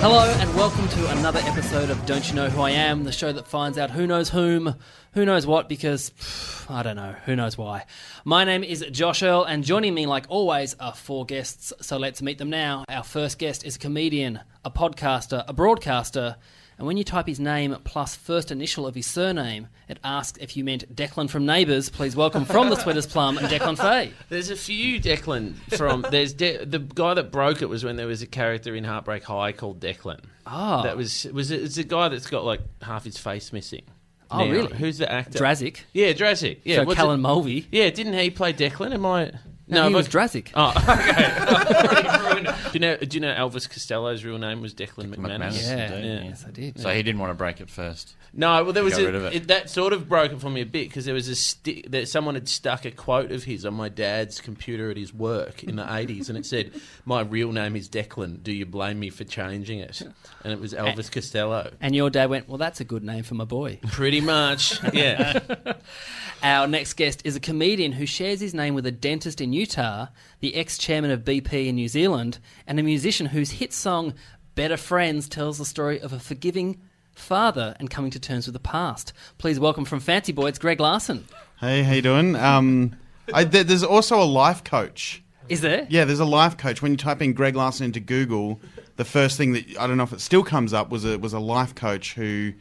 Hello and welcome to another episode of Don't You Know Who I Am, the show that finds out who knows whom, who knows what, because pff, I don't know, who knows why. My name is Josh Earl, and joining me, like always, are four guests, so let's meet them now. Our first guest is a comedian, a podcaster, a broadcaster, and when you type his name plus first initial of his surname, it asks if you meant Declan from Neighbours. Please welcome from the Sweaters Plum, Declan Fay. There's a few Declan from. There's De- the guy that broke it was when there was a character in Heartbreak High called Declan. Ah. that was was it, it's a guy that's got like half his face missing. Oh, now. really? Who's the actor? Drazik. Yeah, Drazik. Yeah, so what's Callan it- Mulvey. Yeah, didn't he play Declan? Am I? No, he have I- was Drazik. Oh, okay. do you know? Do you know Elvis Costello's real name was Declan McManus? McManus. yeah, indeed. yes, I did. So he didn't want to break it first. No, well, there was got a, rid of it. it. that sort of broke it for me a bit because there was a sti- that someone had stuck a quote of his on my dad's computer at his work in the eighties, and it said, "My real name is Declan. Do you blame me for changing it?" And it was Elvis Costello. And your dad went, well, that's a good name for my boy. Pretty much, yeah. Our next guest is a comedian who shares his name with a dentist in Utah, the ex chairman of BP in New Zealand, and a musician whose hit song Better Friends tells the story of a forgiving father and coming to terms with the past. Please welcome from Fancy Boy, it's Greg Larson. Hey, how you doing? Um, I, there, there's also a life coach. Is there? Yeah, there's a life coach. When you type in Greg Larson into Google, the first thing that I don't know if it still comes up was a was a life coach who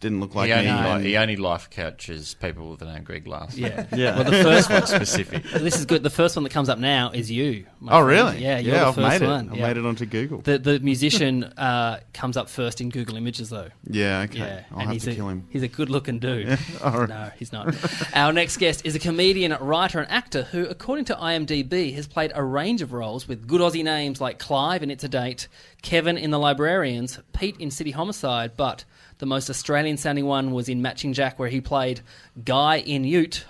didn't look like he, only, me. li- and- he only life coaches people with the name Greg Larson. Yeah, yeah. The first one, specific. this is good. The first one that comes up now is you. my oh, friend. really? Yeah, you're yeah. the I've first made it. one. I've yeah. made it onto Google. The, the musician uh, comes up first in Google Images, though. yeah. Okay. Yeah, I'll have he's to a, kill him. He's a good-looking dude. alright. No, he's not. Our next guest is a comedian, writer, and actor who, according to IMDb, has played a range of roles with good Aussie names like Clive in It's a Date, Kevin in The Librarians, Pete in City Homicide, but the most Australian-sounding one was in Matching Jack, where he played Guy in Ute.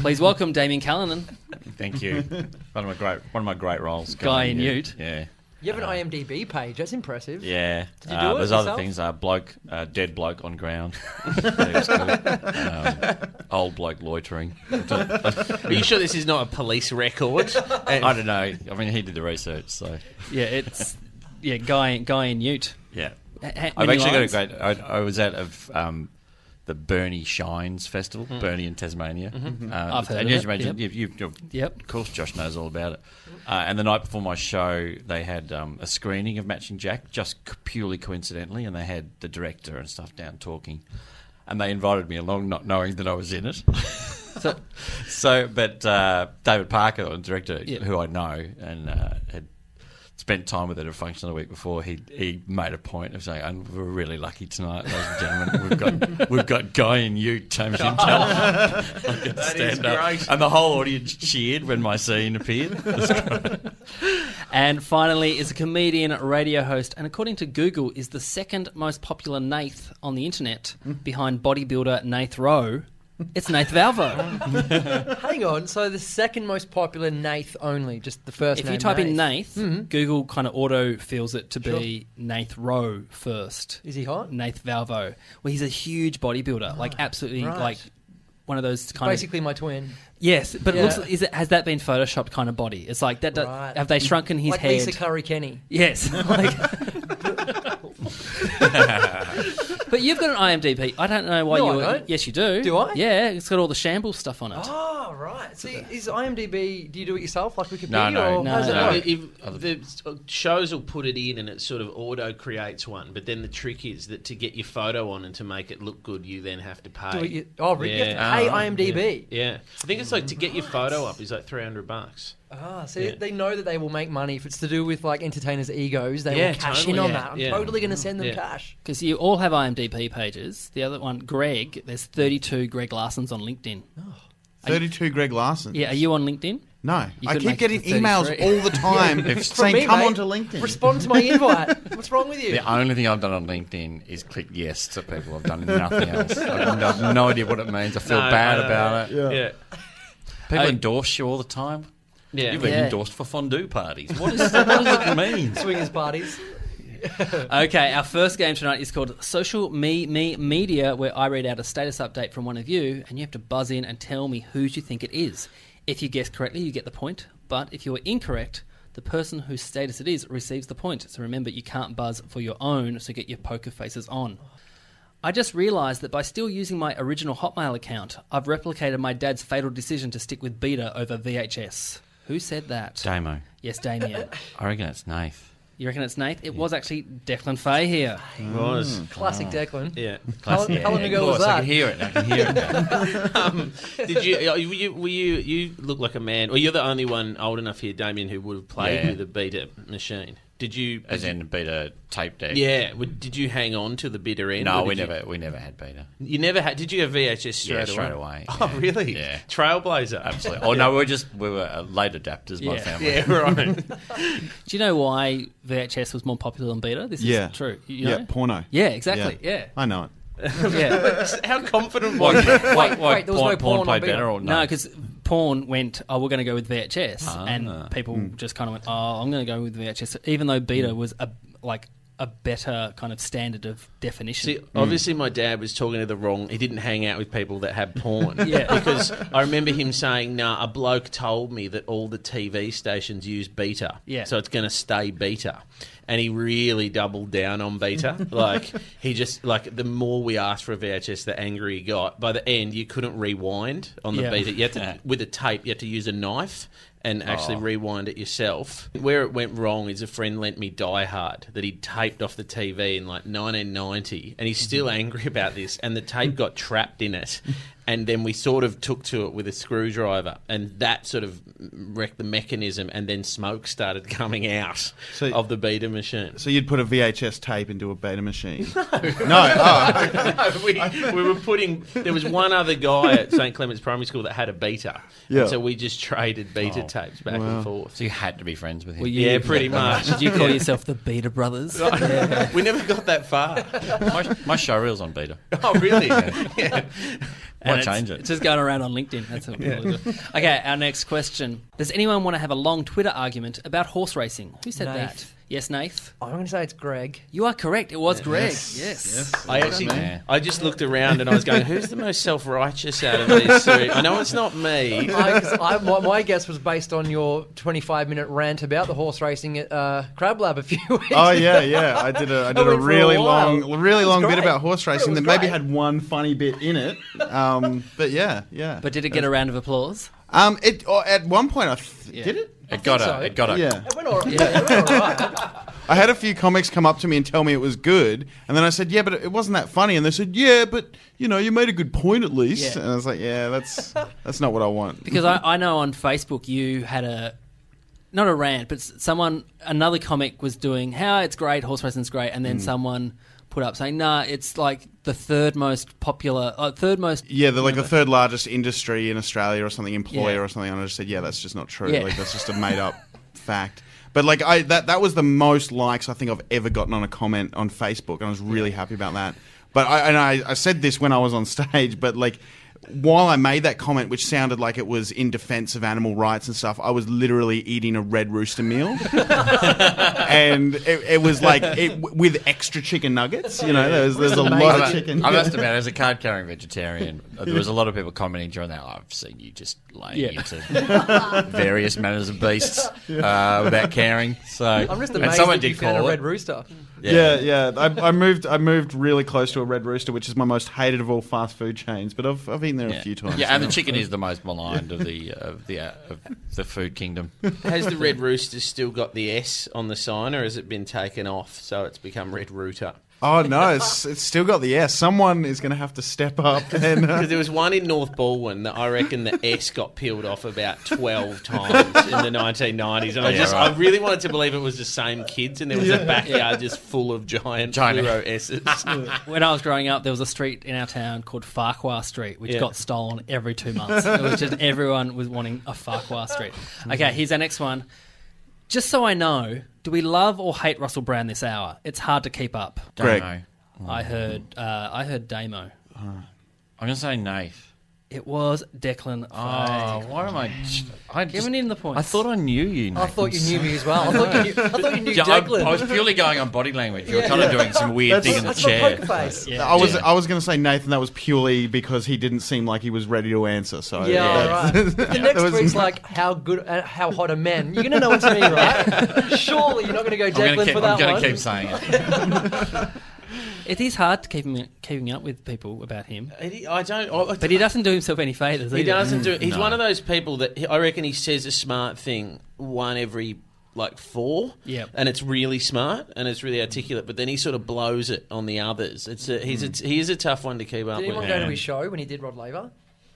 Please welcome Damien Callanan. Thank you. One of my great, one of my great roles. Guy in in Ute. Yeah, You have an IMDb page. That's impressive. yeah. you Uh, do it there's yourself? other things. Uh, bloke, uh, dead bloke on ground. That was called. Um, old bloke loitering. Are you sure this is not a police record? I don't know. I mean, he did the research, so Yeah, it's yeah, Guy Guy in Ute. yeah. H- h- I've many actually lines? got a great. I, I was out of um, the Bernie Shines Festival, Bernie in Tasmania. Uh, Mm-hmm. I've heard and of as you it, imagine, yep. you, you, Yep. Of course, Josh knows all about it. Uh, and the night before my show, they had um, a screening of Matching Jack, just c- purely coincidentally, and they had the director and stuff down talking. And they invited me along, not knowing that I was in it. so, so, but uh, David Parker, the director, Yeah. who I know and uh, had spent time with it at a function the week before, he he made a point of saying, "And "We're really lucky tonight, ladies and gentlemen. We've got we've got Guy and you, James Intel, stand up." And the whole audience cheered when my scene appeared. And finally, is a comedian, radio host, and according to Google, is the second most popular Nath on the internet, behind bodybuilder Nath Rowe. It's Nath Valvo. Hang on. So the second most popular Nath only, just the first. if name, Mm-hmm. you type in Nath, Google kind of auto fills it to be Nath Rowe first. Is he hot? Ah, Nath Valvo. Well, he's a huge bodybuilder, like absolutely right. like one of those kind of basically my twin, yes. But it Yeah. looks is it, has that been photoshopped kind of body? It's like that. do- Right. Have they shrunken his like head? Lisa Curry Kenny. Yes. Like, but you've got an IMDb. I don't know why No, I you. don't. Yes, you do. Do I? Yeah, it's got all the shambles stuff on it. Oh right. See, is IMDb? Do you do it yourself, like Wikipedia? No, no, or no, how's it no. work? If the uh, shows will put it in and it sort of auto creates one, but then the trick is that to get your photo on and to make it look good, you then have to pay. Do it you- oh, really? You have to Yeah. pay Ah, right. IMDb? Yeah. I think it's like to get your photo up is like 300 bucks. Ah, so they know that they will make money if it's to do with like entertainers' egos. They Yeah, will cash totally. in on Yeah, that. I'm yeah. totally going to send them Yeah. cash. Because you all have IMDb pages. The other one, Greg, there's 32 Greg Larsons on LinkedIn. 32 Greg Larson. Yeah, are you on LinkedIn? No. You I could keep make it getting to emails 33. all the time From saying, me, come mate. onto LinkedIn. Respond to my invite. What's wrong with you? The only thing I've done on LinkedIn is click yes to people. I've done nothing else. I've I've no idea what it means. I feel No, bad I know. about it. Yeah. yeah. People endorse you all the time. Yeah. You've been Yeah. endorsed for fondue parties. What, is, what does it mean? Swingers parties. Okay, our first game tonight is called Social Me Me Media, where I read out a status update from one of you, and you have to buzz in and tell me whose you think it is. If you guess correctly, you get the point. But if you are incorrect, the person whose status it is receives the point. So remember, you can't buzz for your own, so get your poker faces on. I just realised that by still using my original Hotmail account, I've replicated my dad's fatal decision to stick with Beta over VHS. Who said that? Damo. Yes, Damien. I reckon it's Nath. You reckon it's Nate? It was actually Declan Fay here. It was. Classic Ah. Declan. Yeah. How, how long ago was I that? can hear it. I can hear it. now. Did you, uh, you- you? Were you? You look like a man. Well, you're the only one old enough here, Damien, who would have played Yeah. with a beta machine. Did you? As in beta tape deck. yeah. would- Did you hang on to the bitter end? No, or we did you- never we never had beta. You never had? Did you have VHS straight Yeah, away? straight away. Oh, Yeah. really? Yeah. Trailblazer. Absolutely. Oh no, we were just we were uh, late adapters. My Yeah. family. Yeah, right. Do you know why VHS was more popular than Beta? This is true. You know? Yeah, porno. Yeah, exactly. Yeah. I know it. yeah. How confident Why, was you? why, why, wait, there was porn, no porn porn played on beta. better or no, no? because porn went, oh, we're going to go with VHS. And people just kind of went, oh, I'm going to go with VHS. Even though Beta was a like a better kind of standard of definition. See, Mm. obviously, my dad was talking to the wrong. He didn't hang out with people that had porn. Yeah. Because I remember him saying, "Nah, a bloke told me that all the TV stations use beta. Yeah. So it's going to stay beta." And he really doubled down on beta. like he just like the more we asked for a VHS, the angrier he got. By the end, you couldn't rewind on the Yeah. beta. You had to with a tape. You had to use a knife. And actually rewind it yourself. Where it went wrong is a friend lent me Die Hard that he'd taped off the TV in like 1990, and he's still angry about this. And the tape got trapped in it, and then we sort of took to it with a screwdriver, and that sort of wrecked the mechanism. And then smoke started coming out So- of the beta machine. So you'd put a VHS tape into a beta machine. no. No, we, we were putting. There was one other guy at St Clement's Primary School that had a beta, Yeah. and so we just traded beta tapes back and forth. so you had to be friends with him. Were you- yeah, pretty much. Did you call yourself the Beta Brothers? we never got that far. my, my showreel's on beta. Oh, really? yeah. Why And it's- change it? It's just going around on LinkedIn. That's what people do. Okay, our next question. Does anyone want to have a long Twitter argument about horse racing? Who said Nath. that? Yes, Nath. I'm going to say it's Greg. You are correct. It was Greg. Yes. I actually, man. I just looked around and I was going, "Who's the most self-righteous out of these three? I know it's not me. I, 'cause I- my, my guess was based on your 25 minute rant about the horse racing at uh, Crab Lab a few weeks Oh yeah, yeah. I did a I did a went for a really while. long, really It was long bit great. about horse It racing was that maybe great. had one funny bit in it. Um, but yeah, yeah. But did it get a round of applause? um, it or at one point I th- did it. It got so. a. It got a. Yeah, It went all right. Yeah, it went all right. I had a few comics come up to me and tell me it was good, and then I said, "Yeah, but it wasn't that funny." And they said, "Yeah, but you know, you made a good point at least." Yeah. And I was like, "Yeah, that's that's not what I want." Because I, I know on Facebook you had a not a rant, but s- someone another comic was doing how it's great, horse racing's great, and Mm. then someone put up saying, "Nah, it's like the third most popular, uh, third most." Yeah, they're like the third largest industry in Australia or something, employer Yeah. or something. And I just said, yeah, that's just not true. Yeah. Like that's just a made up fact. But like I that that was the most likes I think I've ever gotten on a comment on Facebook, and I was really happy about that. But I and I, I said this when I was on stage, but like while I made that comment, which sounded like it was in defense of animal rights and stuff, I was literally eating a red rooster meal and it, it was like it, with extra chicken nuggets. You know, there's, there's a lot of chicken. I must admit, as a card carrying vegetarian, there was a lot of people commenting during that. I've seen you just laying Yeah. into various manners of beasts uh, without caring. So I'm just and amazed someone that you did found call a red it. rooster. Yeah, yeah. I, I moved. I moved really close to a Red Rooster, which is my most hated of all fast food chains. But I've I've eaten there Yeah. a few times. Yeah, and the now. chicken is the most maligned of the of the uh, of the food kingdom. Has the Red Rooster still got the S on the sign, or has it been taken off so it's become Red Rooter? Oh no, it's, it's still got the S. Someone is going to have to step up and uh, Because there was one in North Baldwin that I reckon the S got peeled off about 12 times in the 1990s. And I Yeah, just, right. I really wanted to believe it was the same kids and there was a backyard just full of giant Giant- fluoro S's. When I was growing up, there was a street in our town called Farquhar Street, which Yeah. got stolen every two months. it was just everyone was wanting a Farquhar Street. Okay, here's our next one. Just so I know, do we love or hate Russell Brand this hour? It's hard to keep up. Don't Greg. know. I'm I heard, uh, I heard Damo. going to say Nate. It was Declan. Oh, Fay. why am I? j- I just, Giving him the points. I thought I knew you. Nate. I thought you knew me as well. I thought you knew, I thought you knew Yeah, I, Declan. I was purely going on body language. You were kind of doing some weird That's- thing in the That's chair. not poker face. Yeah. I was I was going to say Nathan. That was purely because he didn't seem like he was ready to answer. So Yeah, Oh, that- all right. If the next was- week's like how good, uh, how hot a man. You're gonna know it's me, right? Surely you're not gonna go I'm going Declan to keep, for that I'm gonna one. keep saying it. It is hard to keep him, keeping up with people about him, He- I don't. I, but he doesn't do himself any favors. he doesn't do. He's one of those people that he- I reckon he says a smart thing one every like four. Yep. and it's really smart and it's really articulate. But then he sort of blows it on the others. It's a, he's a, he is a tough one to keep up Did with. anyone go to his show when he did Rod Laver?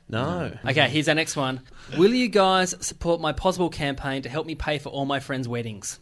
No, Okay, here's our next one. Will you guys support my possible campaign to help me pay for all my friends' weddings?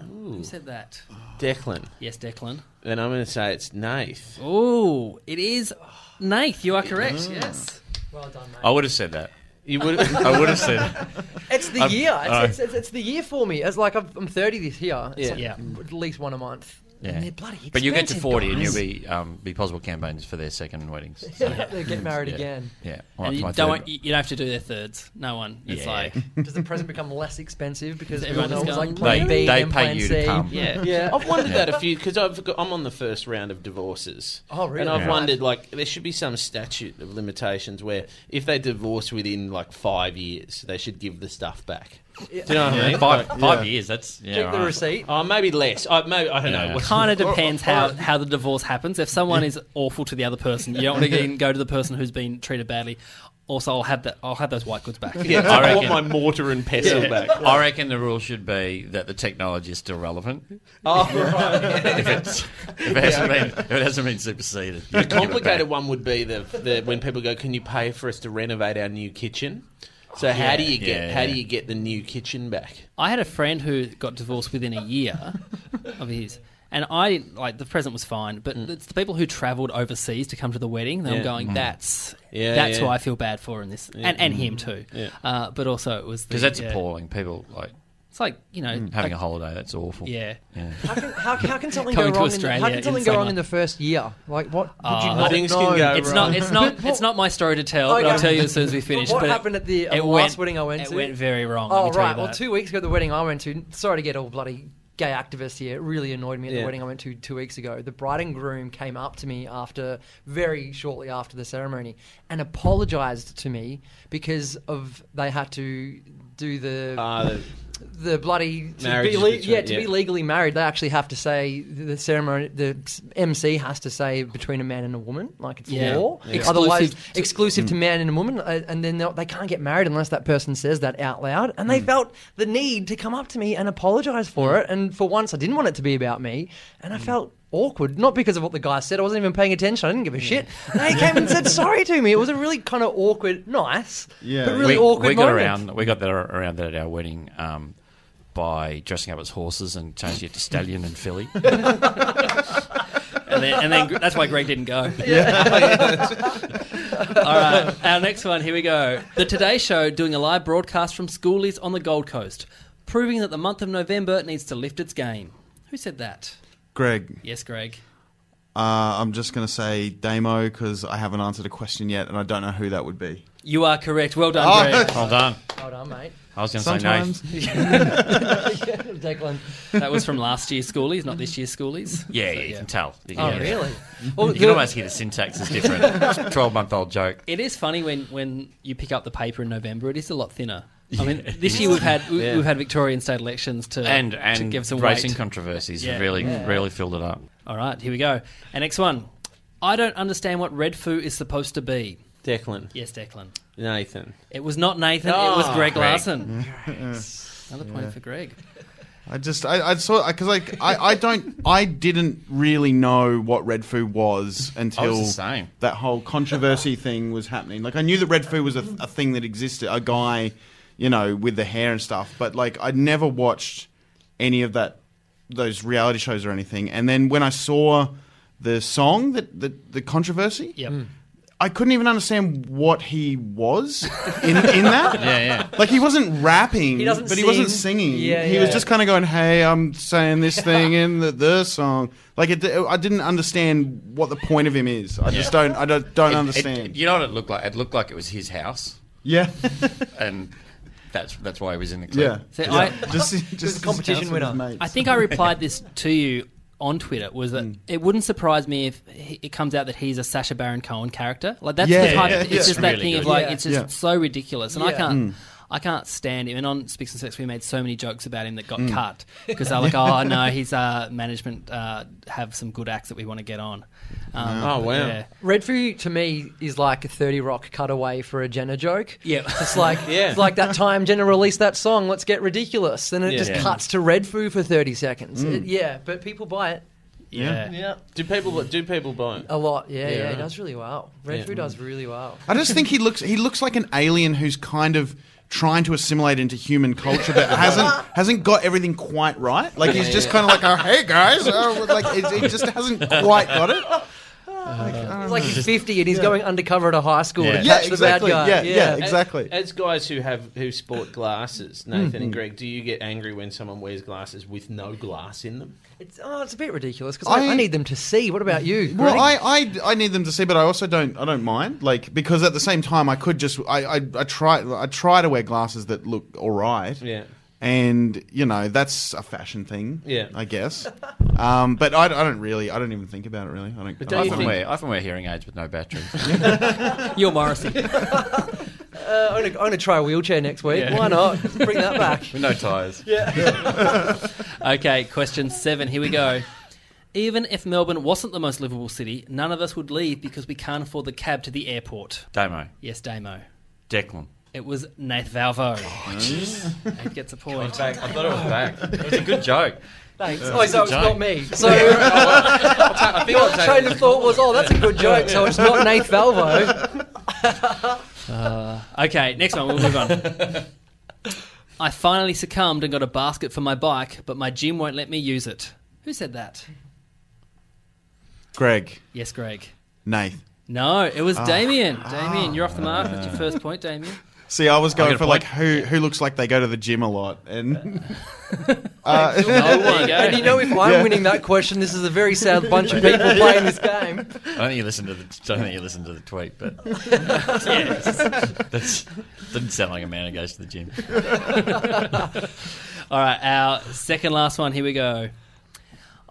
Who said that? Declan. Yes, Declan. Then I'm going to say it's Nath. Oh, it is Nath. You are correct. Yes. Well done, mate. I would have said that. You would. I would have said it. It's the year. It's, it's, it's, it's the year for me. It's like I've, I'm 30 this year. It's Yeah. like Yeah. At least one a month. Yeah. And they're bloody expensive. But you get to 40 and guys. you'll be, um, be possible campaigns for their second weddings. So, Yeah, they get married yeah. again. Yeah. And you My don't third- want, you you don't have to do their thirds. No one. It's Yeah. like Does the present become less expensive because Everyone everyone else is was like going- plan They- they B, then pay plan you to C. come. yeah. Yeah. I've wondered that a few because I've got, I'm on the first round of divorces. Oh, really? And I've Yeah. wondered like there should be some statute of limitations where if they divorce within like five years, they should give the stuff back. Do you know what I mean? Five, Like, five years, that's. Yeah, Keep the right. receipt. Oh, maybe less. I, maybe I don't Yeah. know. Kind of depends how, how the divorce happens. If someone is awful to the other person, you don't want to get- go to the person who's been treated badly. Also, I'll have that. I'll have those white goods back. Yeah, I I, want reckon- my mortar and pestle back. I reckon the rule should be that the technology is still relevant. Oh, if, it's, if, it hasn't been, if it hasn't been superseded. The Complicated one would be the, the when people go, "Can you pay for us to renovate our new kitchen?" So how do you get Yeah, how yeah. do you get the new kitchen back? I had a friend who got divorced within a year of his, and I like the present was fine, but Mm. it's the people who travelled overseas to come to the wedding. That I'm Yeah. going, that's Yeah, that's yeah. who I feel bad for in this, and and Mm-hmm. him too. Uh, but also it was Because that's yeah. appalling. People like It's like you know, Mm. like- having a holiday. That's awful. yeah. How can, how, how can something go Coming to wrong? In the, how Australia can in something go wrong summer. in the first year? Like what? Would you Uh, not things know? can go It's not. It's not. It's not my story to tell. But I'll Okay. tell you as soon as we finish. What but it- happened at the, uh, it last went- wedding I went It to? went very wrong. let Oh me tell you right. Well, that. two weeks ago, the wedding I went to. Sorry to get all bloody gay activists here. It really annoyed me at Yeah. the wedding I went to two weeks ago. The bride and groom came up to me after, very shortly after the ceremony, and apologized to me because of they had to do the Uh, the bloody to Marriage be is le- between- yeah to yeah. be legally married they actually have to say the ceremony the MC has to say between a man and a woman like it's Yeah. law Yeah. otherwise Exclusive to- exclusive to man and a woman uh, and then they'll- they can't get married unless that person says that out loud and they felt the need to come up to me and apologize for it and for once I didn't want it to be about me and I felt awkward not because of what the guy said I wasn't even paying attention I didn't give a shit and they came and said sorry to me it was a really kind of awkward nice Yeah. but we, really awkward we got moment. around. We got that ar- around that at our wedding um, by dressing up as horses and changing it to stallion and filly. and then, and then Gre- that's why Greg didn't go. All right, our next one. Here we go. The Today Show doing a live broadcast from Schoolies on the Gold Coast, proving that the month of November needs to lift its game. Who said that? Greg. Yes, Greg. Uh, I'm just going to say Damo because I haven't answered a question yet, and I don't know who that would be. You are correct. Well done, Greg. well done. hold on mate I was going to say no. Sometimes Declan That was from last year's Schoolies, not this year's Schoolies. Yeah, yeah, you can tell. You can, hear it. Well, You can almost hear the syntax is different. Twelve-month-old joke. It is funny when, when you pick up the paper in November. It is a lot thinner. I mean, this year we've had we, we've had Victorian state elections to And to and give some racing weight. controversies Yeah. really really filled it up. All right, here we go. And next one. I don't understand what red foo is supposed to be. Declan, Yes, Declan. Oh, Nathan. It was not Nathan. It was Greg Larson. Another point for Greg. I just I, I saw because like I, I don't I didn't really know what red foo was until the same. that whole controversy thing was happening. Like I knew that red foo was a, a thing that existed, a guy, you know, with the hair and stuff. But like I'd never watched any of that those reality shows or anything. And then when I saw the song that the, the controversy, Yep. Hmm. Mm. I couldn't even understand what he was in, in that. Yeah, yeah. Like he wasn't rapping, He doesn't but he wasn't sing. singing. Yeah, he was yeah. just kind of going, "Hey, I'm saying this thing in the, the song." Like it, I didn't understand what the point of him is. I just don't. I don't, don't It- it- understand. you know what it looked like? It looked like it was his house, yeah, and that's that's why he was in the clip. yeah. So Yeah. I- just, just his competition house with his winner. mates. I think I replied this to you on Twitter was that it wouldn't surprise me if he- it comes out that he's a Sasha Baron Cohen character. Like that's Yeah, the type. yeah, it's yeah. just that Really thing good. of like Yeah. it's just Yeah. so ridiculous, and I Yeah. can't. I can't stand him. And on Speaks and Sex, we made so many jokes about him that got cut because they're like, "Oh no, his uh, management uh, have some good acts that we want to get on." Um, Oh, but wow. yeah. Redfoo to me is like a 30 Rock cutaway for a Jenna joke. Yeah. It's like Yeah. it's like that time Jenna released that song, Let's Get Ridiculous. Then it Yeah. just Yeah. cuts to Redfoo for 30 seconds. It- yeah, but people buy it yeah, Yeah. Do people do people buy it? a lot. Yeah, yeah, Yeah. it does really well. Redfoo does really well. I just think he looks he looks like an alien who's kind of trying to assimilate into human culture, but hasn't hasn't got everything quite right. Like he's just kind of like, oh, "Hey guys," oh, like it, he just hasn't quite got it. It's like he's 50 and he's going undercover at a high school Yeah. to Yeah, catch exactly. the bad guy. Yeah, yeah, exactly. As, as guys who have who sport glasses, Nathan and Greg, do you get angry when someone wears glasses with no glass in them? It's, oh, it's a bit ridiculous because I, I- I need them to see. What about you? Well, Greg? I, I, I need them to see, but I also don't I don't mind like because at the same time I could just I, I, I try I try to wear glasses that look all right. Yeah. And you know that's a fashion thing. Yeah. I guess. Um, but I, I don't really I don't even think about it really. I don't. But I don't I you often, think- wear, I often wear hearing aids with no battery. you're Morrissey. Uh, I'm going to I'm gonna try a wheelchair next week. Why not? Just bring that back. with no tyres. Okay, question seven. Here we go. Even if Melbourne wasn't the most livable city, none of us would leave because we can't afford the cab to the airport. Damo. Yes, Damo. Declan. It was Nath Valvo. It gets a point. Back. I thought it was back. It was a good joke. Thanks. Oh, so it's joke. not me. So your train of thought was, oh, that's a good joke. So it's not Nate Valvo. Okay, next one. We'll move on. I finally succumbed and got a basket for my bike, but my gym won't let me use it. Who said that? Greg, Yes, Greg. Nath. No, it was Damien. Damien, you're off the mark. That's your first point, Damien. See, I was going a for point. like who who looks like they go to the gym a lot, and uh, No one. And you know, if I'm winning that question, this is a very sad bunch of people playing this game. I don't think you listened to the. I don't think you listened to the tweet, but that's doesn't sound like a man who goes to the gym. All right, our second last one. Here we go.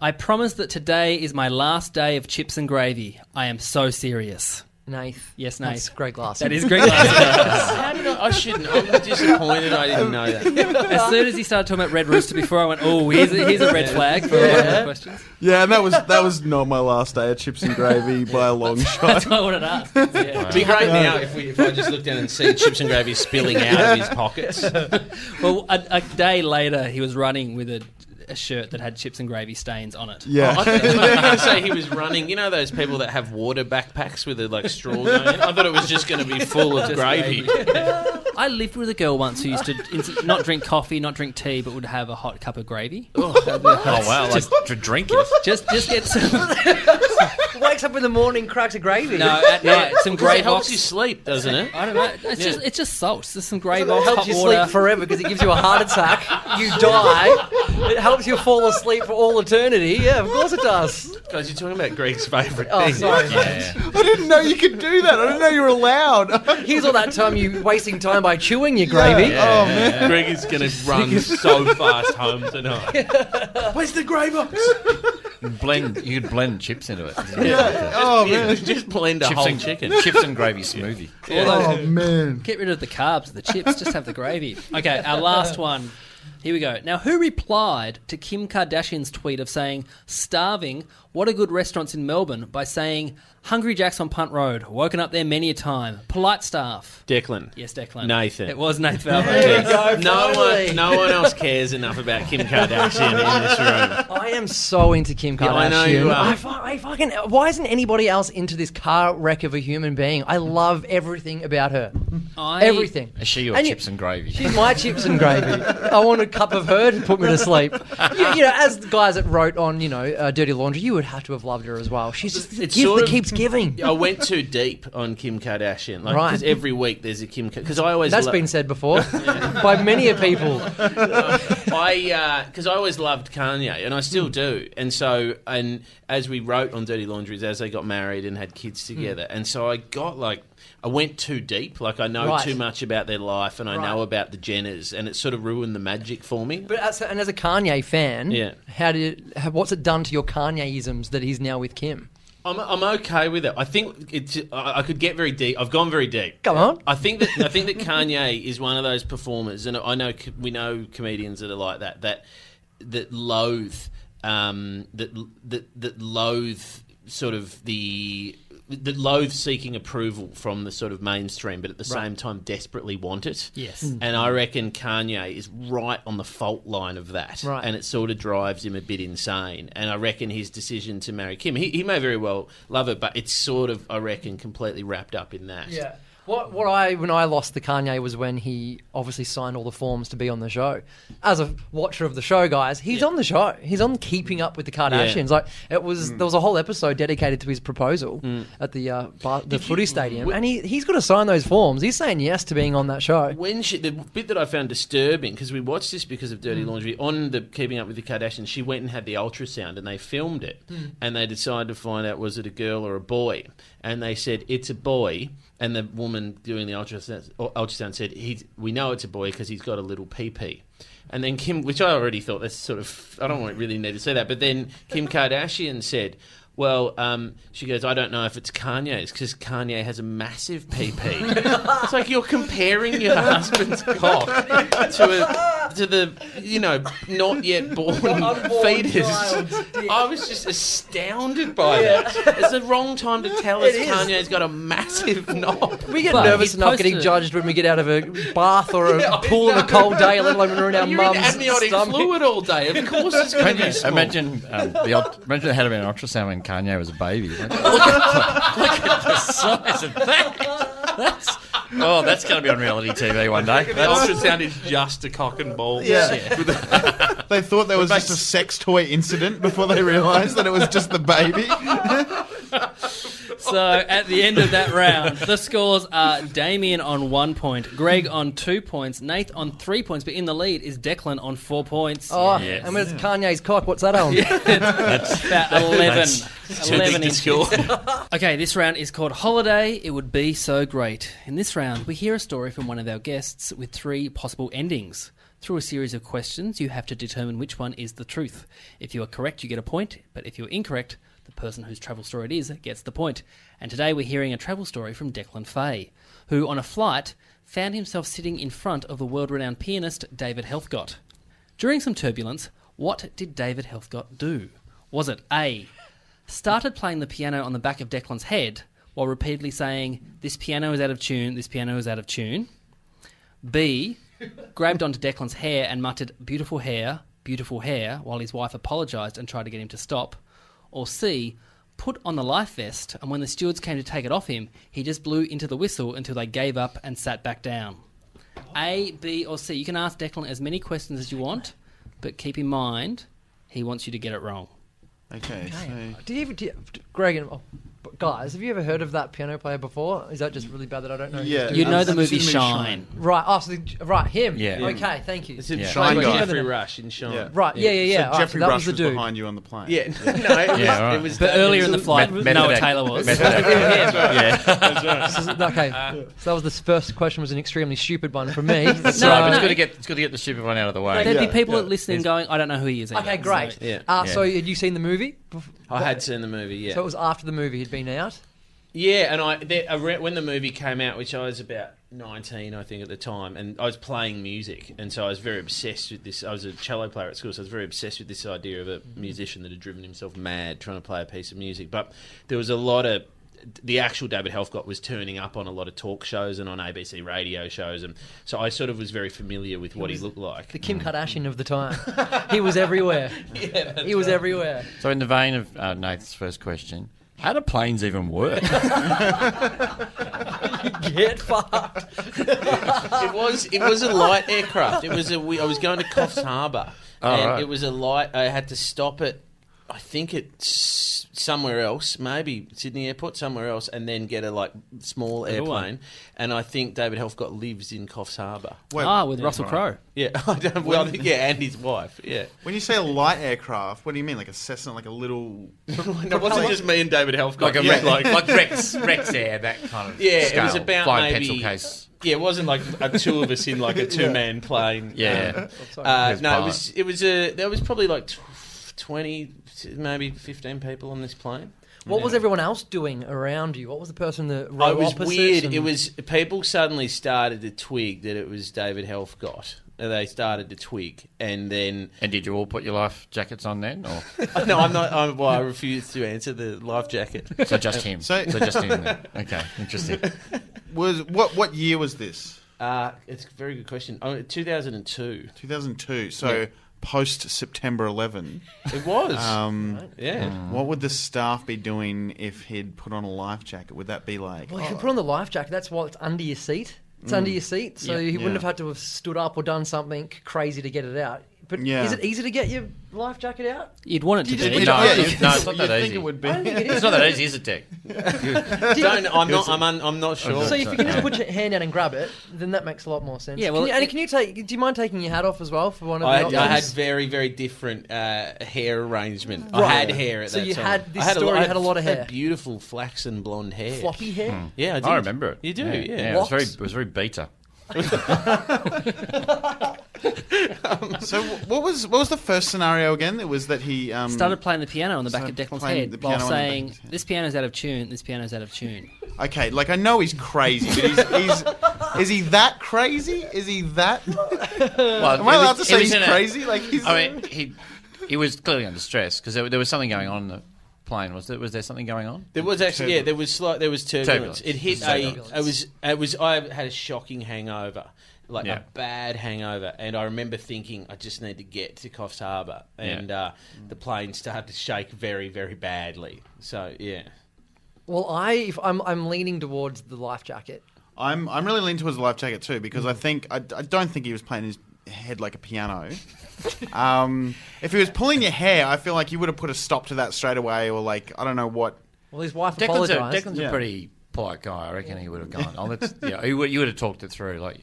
I promise that today is my last day of chips and gravy. I am so serious. Nate. Yes, Nath. That's Greg Larson. That is Greg Larson. How did I? I shouldn't. I'm disappointed. I didn't know that. as soon as he started talking about Red Rooster before, I went, oh, here's a, here's a red flag for all the questions. yeah, and that was that was not my last day of chips and gravy by a long shot. That's what I wanted to ask. Yeah. It'd be great now if, we, if I just looked down and see chips and gravy spilling out of his pockets. Well, a, a day later, he was running with a, a shirt that had chips and gravy stains on it. Yeah, Oh, I thought- I was going to say he was running. You know those people that have water backpacks with the, like straws on it. I thought it was just going to be full of gravy. I lived with a girl once who used to ins- not drink coffee, not drink tea, but would have a hot cup of gravy. Oh wow! Like to drink it. Just, just get some. Wakes up in the morning, cracks a gravy. No, at night, some grey It helps box. you sleep, doesn't it? I don't know. It's just it's just salt. There's some grey It box, helps hot you water. sleep forever because it gives you a heart attack. You die. It helps you fall asleep for all eternity. Yeah, of course it does. Guys, you're talking about Greg's favourite Oh, thing. sorry. I didn't know you could do that. I didn't know you were allowed. Here's all that time you wasting time by chewing your gravy. Oh man. Greg is going to run so fast home tonight. Where's the grey box? Blend. You could blend chips into it. Oh Yeah, man. just blend a Chips whole and chicken. Chips and gravy smoothie. All those- Oh, man. Get rid of the carbs, the chips, just have the gravy. Okay, our last one. Here we go. Now, who replied to Kim Kardashian's tweet of saying, starving, what a good restaurants in Melbourne, by saying, Hungry Jack's on Punt Road, woken up there many a time, polite staff. Declan. Yes, Declan. Nathan. It was Nathan Valverde. Yeah. No one, no one else cares enough about Kim Kardashian in this room. I am so into Kim Kardashian. Yeah, I know uh, you are. I fu- I fucking. Why isn't anybody else into this car wreck of a human being? I love everything about her. I- Everything. Is she your And you- chips and gravy? She's my chips and gravy. I want a cup of her to put me to sleep. You, you know, as the guys that wrote on, you know, uh, Dirty Laundry, you would have to have loved her as well. She's just the It's gift sort that of- keeps giving. I went too deep on Kim Kardashian. Like, Right. 'cause every week there's a Kim Because I always That's lo- been said before by many a people. I because I always loved Kanye and I still Hmm. do, and so and as we wrote on Dirty Laundries, as they got married and had kids Hmm. together, and so I got like I went too deep, like I know Right. too much about their life and I know Right. about the Jenners, and it sort of ruined the magic for me. But as, and as a Kanye fan, Yeah. how did how, what's it done to your Kanyeisms that he's now with Kim? I'm, I'm okay with it. I think it's I, I could get very deep. I've gone very deep. Come on. I think that I think that Kanye is one of those performers, and I know co- we know comedians that are like that that that loathe um, that that that loathe sort of the that loathe seeking approval from the sort of mainstream, but at the same time desperately want it. Yes. Mm. and I reckon Kanye is right on the fault line of that, Right. and it sort of drives him a bit insane. And I reckon his decision to marry Kim, he, he may very well love it, but it's sort of I reckon completely wrapped up in that. Yeah. What what I when I lost the Kanye was when he obviously signed all the forms to be on the show. As a watcher of the show, guys, he's on the show. He's on Keeping Up with the Kardashians. Like it was there was a whole episode dedicated to his proposal Mm. at the uh, bar, the footy stadium, and he he's got to sign those forms. He's saying yes to being on that show. When she, the bit that I found disturbing because we watched this because of Dirty Laundry on the Keeping Up with the Kardashians, she went and had the ultrasound and they filmed it and they decided to find out was it a girl or a boy and they said it's a boy and the woman doing the ultrasound, or ultrasound said he's, we know it's a boy because he's got a little pee pee. And then Kim, which I already thought that's sort of I Mm. don't really need to say that, but then Kim Kardashian said. Well, um, she goes, I don't know if it's Kanye's because Kanye has a massive PP. it's like you're comparing your husband's cock to a, to the you know not yet born unborn fetus. child's dick. I was just astounded by that. It's the wrong time to tell us It is. Kanye's got a massive knob. We get But nervous he's enough getting posted- judged when we get out of a bath or a Yeah, I pool on a know. cold day, let alone when we're in our You're in mum's amniotic stomach. fluid all day. Of course, it's going to be Imagine, small. imagine, um, the ult- imagine it had been an ultrasound when Kanye was a baby. Look at, the size of that. That's, oh, that's going to be on reality TV one day. The ultrasound is just a cock and balls. They thought there was But just a sex toy incident before they realised that it was just the baby. So at the end of that round, the scores are Damien on one point, Greg on two points, Nate on three points, but in the lead is Declan on four points. Oh, Yes. and where's Kanye's cock? What's that on? It's about 11. Too big 11 to inches. score. Okay, this round is called Holiday. It would be so great. In this round, we hear a story from one of our guests with three possible endings. Through a series of questions, you have to determine which one is the truth. If you are correct, you get a point, but if you're incorrect, the person whose travel story it is gets the point. And today we're hearing a travel story from Declan Fay, who on a flight found himself sitting in front of the world renowned pianist David Helfgott. During some turbulence, what did David Helfgott do? Was it A, started playing the piano on the back of Declan's head while repeatedly saying, This piano is out of tune, this piano is out of tune. B, grabbed onto Declan's hair and muttered, Beautiful hair, beautiful hair, while his wife apologised and tried to get him to stop. Or C, put on the life vest and when the stewards came to take it off him, he just blew into the whistle until they gave up and sat back down. A, B, or C. You can ask Declan as many questions as you want, but keep in mind, he wants you to get it wrong. Okay, so Did you ever, did you- Greg and oh, but guys, have you ever heard of that piano player before? Is that just really bad that I don't know? who Yeah. this You is? know the I've movie seen the movie Shine. Right. Oh, so the, right him. Yeah. Him. Okay. Thank you. It's in Yeah. Shine Shine with guy. Jeffrey Rush in Shine. Yeah. Right. Yeah. Yeah. Yeah. so All right, so Jeffrey that Rush was was the dude. behind you on the plane. Yeah, no, it was, Yeah, right. it was But that- earlier in the flight, Met- Noah method act- Taylor was. method act. So- okay. So that was the first question. Was an extremely stupid one from me. It's all right, but So- it's good to get it's good to get the stupid one out of the way. There'd Yeah, be people yeah. listening going, I don't know who he is. Okay. either." Great. So- Yeah. Uh, Yeah. So had you seen the movie? Bef- I had seen the movie, yeah. So it was after the movie had been out. yeah, and I there, I re- when the movie came out, which I was about 19, I think, at the time, and I was playing music, and so I was very obsessed with this. I was a cello player at school, so I was very obsessed with this idea of a musician that had driven himself mad trying to play a piece of music. But there was a lot of the actual David Helfgott was turning up on a lot of talk shows and on ABC radio shows, and so I sort of was very familiar with what he looked like. The Kim Kardashian of the time. he was everywhere. he was everywhere. So, in the vein of uh, Nathan's first question, how do planes even work? Get fucked. it was it was a light aircraft. It was a we, I was going to Coffs Harbour, and Oh, right. it was a light. I had to stop at I think it's somewhere else, maybe Sydney Airport, somewhere else, and then get a like small airplane. And I think David Helfgott lives in Coffs Harbour. Wait, ah, with Russell Crowe. Yeah, I don't, well, I think, yeah, and his wife. Yeah, when you say a light aircraft, what do you mean? Like a Cessna, like a little. no, it wasn't just me and David Helfgott. like a yeah. Rex, like, like Rex, Rex Air, that kind of Yeah, scale, it was about flying maybe pencil case. Yeah, it wasn't like a two of us in like a two man plane. Yeah. Um, uh, There's no, it pilot. was it was a there was probably like tw- twenty, maybe fifteen people on this plane. What was everyone else doing around you? What was the person Oh, that row It was opposites weird. and- It was people suddenly started to twig that it was David Helfgott. They started to twig, and then And did you all put your life jackets on then, or no, I'm not. I'm, well, I refuse to answer the life jacket. so just him? So- So, just him. Then. Okay, interesting. Was what? What year was this? Uh, it's a very good question. Oh, 2002. 2002. So post September 11. It was. Um, yeah. What would the staff be doing if he'd put on a life jacket? Would that be like? Well, Oh, you could put on the life jacket. That's why it's under your seat. It's Mm. under your seat, so he wouldn't have had to have stood up or done something crazy to get it out. But Yeah. is it easy to get your life jacket out? You'd want it to just- be. No, yeah, it's- you'd- no, it's not you'd that think easy. it would be. It's not that easy, is it, Dick? Don't. I'm not. I'm. Un, I'm not sure. So if you can just put your hand out and grab it, then that makes a lot more sense. Yeah, well, can you, and it- can you take? Do you mind taking your hat off as well for one of I the had, I had options? very, very different uh, hair arrangement. I Right. had hair at So that you time. had this I story, I you had a lot of hair. beautiful flaxen blonde hair. floppy hair. Hmm. Yeah, I, did. I remember it. You do, Yeah, yeah. yeah, it was very, Locks. it was very beta. So wh- what was what was the first scenario again? It was that he um, Started playing the piano on the back of Started Declan's playing head the while piano on the back of saying, his head. "This piano's out of tune. This piano's out of tune." Okay, like I know he's crazy, but he's, he's is he that crazy? Is he that? Well, Am I it allowed to was- say it was he's in a- crazy? Like he's. I mean, he he was clearly under stress because there, there was something going on in the plane. Was there was there something going on? There was actually, yeah, there was slight, there was turbulence. Turbulence. It hit Turbulence. a, it was, it was. I had a shocking hangover, like Yeah. a bad hangover, and I remember thinking, I just need to get to Coffs Harbour, and uh, the plane started to shake very, very badly. So yeah, Well, I if I'm I'm leaning towards the life jacket. I'm I'm really leaning towards the life jacket too because I think I, I don't think he was playing his head like a piano. um, if he was pulling your hair, I feel like you would have put a stop to that straight away, or like I don't know what. Well, his wife Declan's, a, apologized. Declan's Yeah. a pretty polite guy. I reckon he would have gone. Oh, let's, yeah, you would, you would have talked it through, like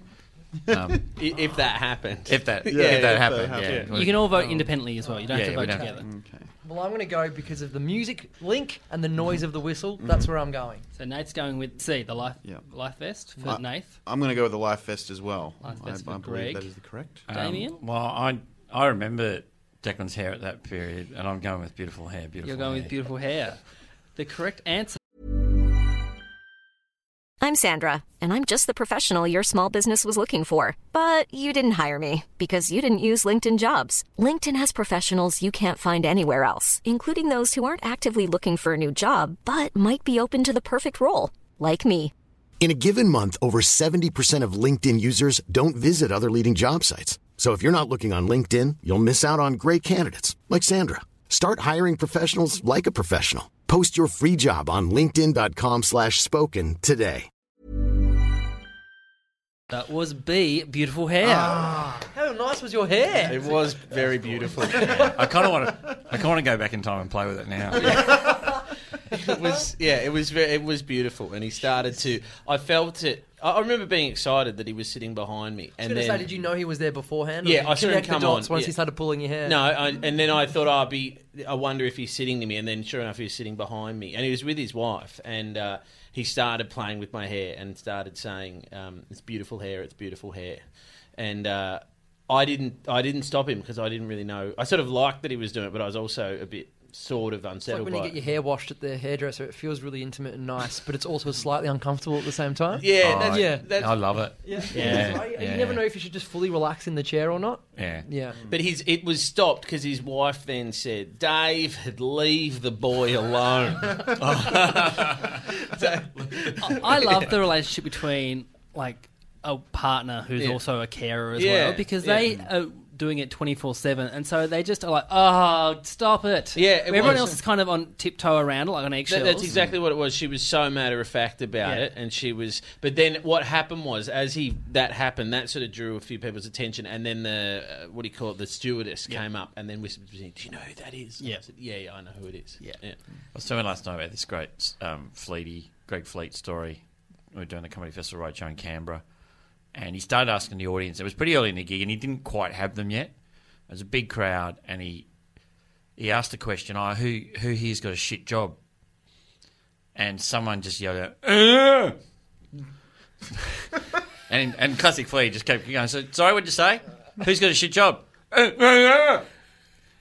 um, I- if that happened, if that Yeah, if that if happened. happened. yeah. You can all vote independently as well. You don't Yeah, have to yeah, we vote don't- together. well, I'm going to go because of the music link and Mm-hmm. the noise of the whistle. That's where I'm going. So Nate's going with C, the life Yeah. life vest for Uh, Nath. I'm going to go with the life vest as well. Life I, vest for I believe Greg. Uh, that is the correct. Damien, um, Well, I I remember Declan's hair at that period, and I'm going with beautiful hair. Beautiful. you're going hair. with beautiful hair. The correct answer. I'm Sandra, and I'm just the professional your small business was looking for. But you didn't hire me because you didn't use LinkedIn jobs. LinkedIn has professionals you can't find anywhere else, including those who aren't actively looking for a new job but might be open to the perfect role, like me. In a given month, over 70% of LinkedIn users don't visit other leading job sites. So if you're not looking on LinkedIn, you'll miss out on great candidates like Sandra. Start hiring professionals like a professional. Post your free job on linkedin.com/spoken slash spoken today. That was B, beautiful hair. How nice was your hair? it was very beautiful. I kind of want to. I kind of want to go back in time and play with it now. it was yeah, it was very, it was beautiful, and he started to. I felt it. I I remember being excited that he was sitting behind me, I and was then going to say, did you know he was there beforehand? or Yeah, did you I saw him connect the come dots on, once yeah. he started pulling your hair. no, I, and then I thought "Oh, I'd be. I wonder if he's sitting to me, and then sure enough, he was sitting behind me, and he was with his wife, and uh, he started playing with my hair and started saying, um, "It's beautiful hair, it's beautiful hair," and. Uh, I didn't. I didn't stop him because I didn't really know. I sort of liked that he was doing it, but I was also a bit sort of It's like unsettled when you by get it. your hair washed at the hairdresser, it feels really intimate and nice, but it's also slightly uncomfortable at the same time. Yeah, Oh, that's, yeah. that's I love it. Yeah. Yeah. Right? You never know if you should just fully relax in the chair or not. Yeah. Yeah. But his it was stopped because his wife then said, "Dave, leave the boy alone." I love the relationship between like a partner who's also a carer as Yeah, well because they are doing it 24-7 and so they just are like oh stop it Yeah, it everyone was. else is kind of on tiptoe around like on eggshells That- that's exactly what it was. She was so matter of fact about Yeah. it, and she was. But then what happened was, as he that happened, that sort of drew a few people's attention, and then the uh, what do you call it? The stewardess came up and then whispered, to me, "Do you know who that is?" And I Yeah. said, yeah, yeah, I know who it is. Yeah. I was talking last night about this great um, Fleety, Greg Fleet story. We were doing the Comedy Festival Roadshow in Canberra. And he started asking the audience. It was pretty early in the gig and he didn't quite have them yet. It was a big crowd and he he asked the question, oh, who, who here's got a shit job? And someone just yelled out, "Ugh!" and, and classic Flea just kept going. So, sorry, what'd you say? Who's got a shit job? "Ugh."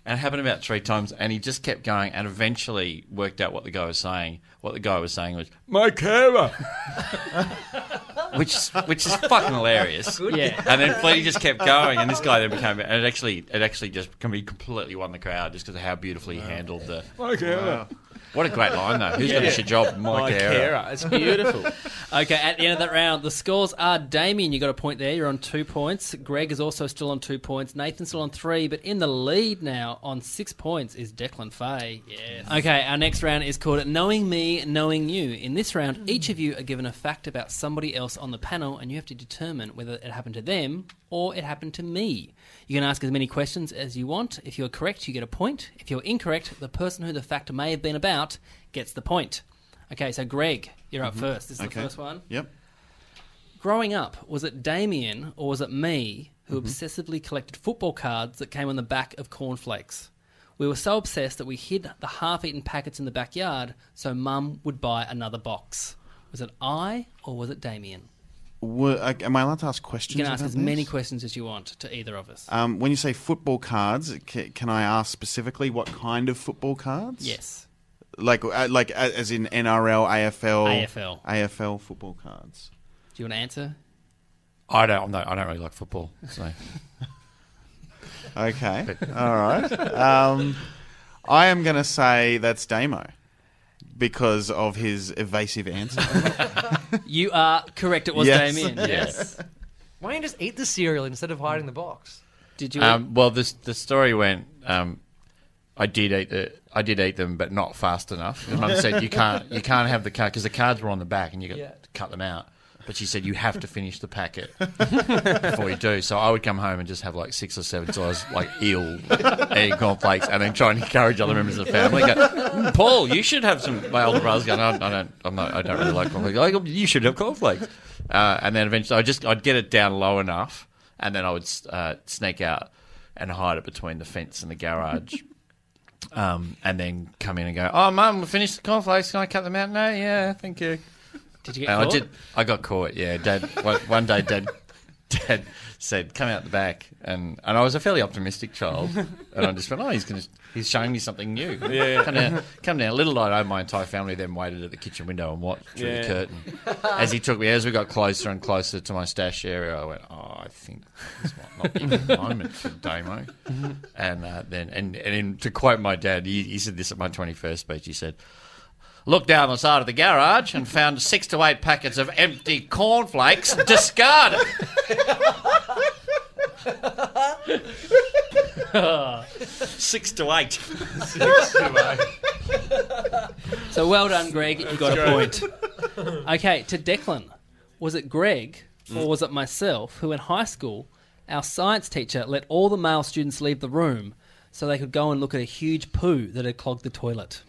And it happened about three times, and he just kept going, and eventually worked out what the guy was saying. What the guy was saying was "my carer," which which is fucking hilarious. Yeah. And then Fleety just kept going, and this guy then became, and it actually it actually just can be completely won the crowd just because of how beautifully he handled the. My carer. What a great line though. Who's got a shit job? My, My carer. carer, it's beautiful. okay at the end of that round the scores are damien you got a point there you're on two points greg is also still on two points nathan's still on three but in the lead now on six points is declan fay yes. okay our next round is called knowing me knowing you in this round each of you are given a fact about somebody else on the panel and you have to determine whether it happened to them or it happened to me you can ask as many questions as you want if you're correct you get a point if you're incorrect the person who the fact may have been about gets the point Okay, so Greg, you're up first. This is Okay. the first one. Yep. Growing up, was it Damien or was it me who Mm-hmm. obsessively collected football cards that came on the back of cornflakes? We were so obsessed that we hid the half eaten packets in the backyard so mum would buy another box. Was it I or was it Damien? Were, uh, am I allowed to ask questions? You can ask about as many this? questions as you want to either of us. Um, when you say football cards, ca can I ask specifically what kind of football cards? yes. Like, uh, like uh, as in NRL, AFL, AFL. AFL football cards. Do you want to answer? I don't. No, I don't really like football. So Okay, all right. Um, I am going to say that's Damo because of his evasive answer. You are correct. It was Yes. Damien. Yes. Why don't you just eat the cereal instead of hiding the box? Did you? Um, well, this the story went. Um, I did eat the. I did eat them, but not fast enough. And Mum said you can't. You can't have the card because the cards were on the back, and you got Yeah. to cut them out. But she said you have to finish the packet before you do. So I would come home and just have like six or seven size like eel egg cornflakes, and then try and encourage other members of the family. Go, "Mm, Paul, you should have some. My older brother's going. I, I don't. I'm not. I don't really like cornflakes. Like, you should have cornflakes. Uh, and then eventually, I just I'd get it down low enough, and then I would uh, sneak out and hide it between the fence and the garage. Um, and then come in and go, oh, mum, we finished the cornflakes. Can I cut them out? No, yeah, thank you. did you get And I caught? did. I got caught. Yeah, Dad. one, one day, Dad, Dad said, "Come out the back," and and I was a fairly optimistic child, and I just went, "Oh, he's going to, he's showing me something new." Yeah. Come down, come down. Little I know, my entire family then waited at the kitchen window and watched through the curtain as he took me. As we got closer and closer to my stash area, I went, "Oh, I think this might not be the moment for Damo." and uh, then, and and in, to quote my dad, he, he said this at my twenty-first speech. He said looked down the side of the garage and found six to eight packets of empty cornflakes discarded. six to eight. So well done, Greg. You got a point. Okay, to Declan. Was it Greg Mm. or was it myself who, in high school, our science teacher let all the male students leave the room so they could go and look at a huge poo that had clogged the toilet?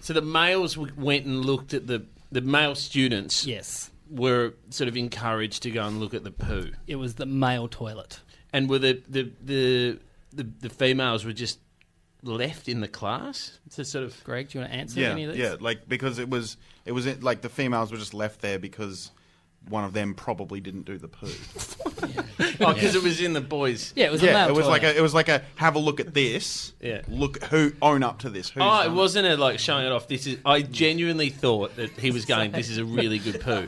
so the males w- went and looked at the the male students. Yes, Were sort of encouraged to go and look at the poo. it was the male toilet. And were the the the the, the females were just left in the class to sort of Greg, do you want to answer yeah, any of this? yeah. Like because it was, it was like the females were just left there because one of them probably didn't do the poo. Oh, because it was in the boys. Yeah, it was a yeah, male it was like toilet. a it was like a have a look at this. Yeah. look who own up to this. Who's Oh, it done wasn't a, like showing it off. This is. I genuinely thought that he was going. This is a really good poo.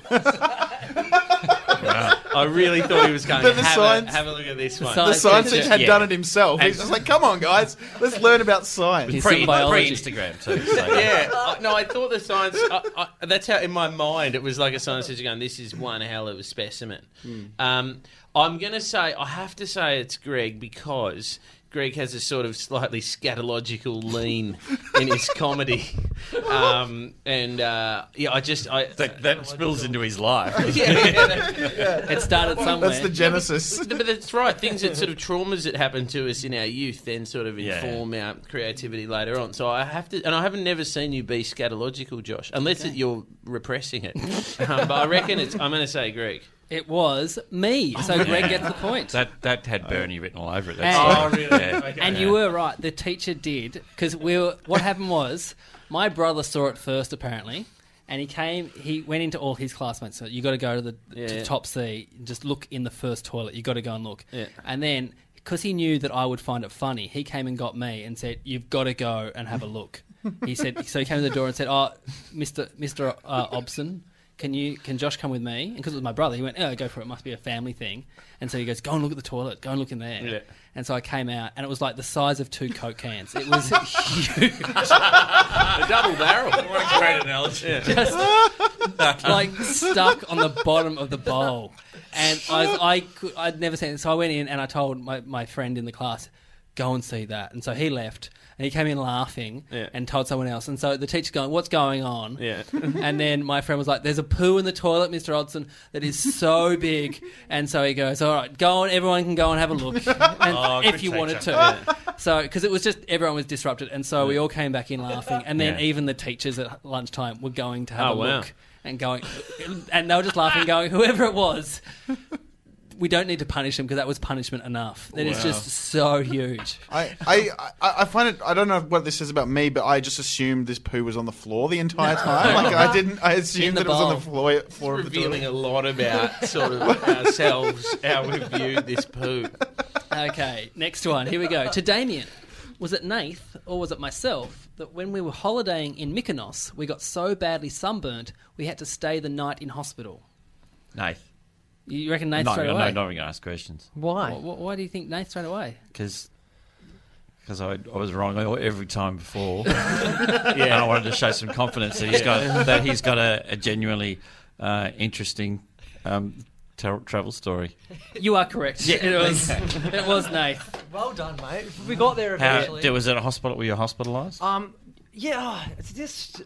I really thought he was going. But the Have, signs- a, have a look at this one. The signs- science teacher had Yeah. done it himself. He's just like, come on, guys, let's learn about science. He's some biologist. Instagram too. So. Yeah, I, no, I thought the science. I, I, that's how in my mind it was like a science teacher going, "This is one hell of a specimen." Um, I'm gonna say I have to say it's Greg because Greg has a sort of slightly scatological lean in his comedy, um, and uh, yeah, I just I. That, that spills into his life. yeah, yeah, that- It started somewhere. That's the genesis. No, but that's right. Things that sort of traumas that happen to us in our youth then sort of Yeah. inform our creativity later on. So I have to, and I haven't never seen you be scatological, Josh, unless it, you're repressing it. um, but I reckon it's. I'm going to say Greg. It was me. So Greg gets the point. That that had Bernie written all over it. Oh, That's really? Yeah. Okay. And you were right. The teacher did because we were. What happened was my brother saw it first apparently, and he came. He went into all his classmates. So you got to go to the to yeah. top C. and Just look in the first toilet. You got to go and look. Yeah. And then because he knew that I would find it funny, he came and got me and said, "You've got to go and have a look." he said. So he came to the door and said, "Oh, Mister Mister uh, Obson." Can you can Josh come with me? And because it was my brother, he went, "Oh, go for it. It must be a family thing." And so he goes, "Go and look at the toilet. Go and look in there." Yeah. And so I came out, and it was like the size of two Coke cans. It was huge, A double barrel. What a great analogy. like stuck on the bottom of the bowl. And I, was, I could, I'd never seen it. So I went in and I told my, my friend in the class, go and see that. And so he left, and he came in laughing Yeah. and told someone else. And so the teacher going, what's going on? Yeah. and then my friend was like, "There's a poo in the toilet, Mr. Odson, that is so big." And so he goes, "All right, go on. Everyone can go and have a look, and Oh, if you wanted to." So, because it was just everyone was disrupted, and so we all came back in laughing, and then Yeah. even the teachers at lunchtime were going to have Oh, a wow. look and going, and they were just laughing, going, "Whoever it was." We don't need to punish him because that was punishment enough. That is just so huge. I, I, I I find it. I don't know what this says about me, but I just assumed this poo was on the floor the entire time. Like I didn't. I assumed the that it was on bowl. the floor, floor of the Revealing toilet. a lot about sort of ourselves, how we viewed this poo. Okay, next one. Here we go. To Damien. Was it Nath or was it myself that when we were holidaying in Mykonos, we got so badly sunburnt we had to stay the night in hospital? Nath. You reckon Nath No, straight no, no, away? not even going to ask questions. Why? Wh- wh- Why do you think Nath straight away? Because I, I was wrong every time before. And I wanted to show some confidence that he's got, that he's got a, a genuinely uh, interesting um, ter- travel story. You are correct. It was it was Nath. Well done, mate. We got there How, eventually. was it a hospital? Were you hospitalised? Um, yeah, oh, it's just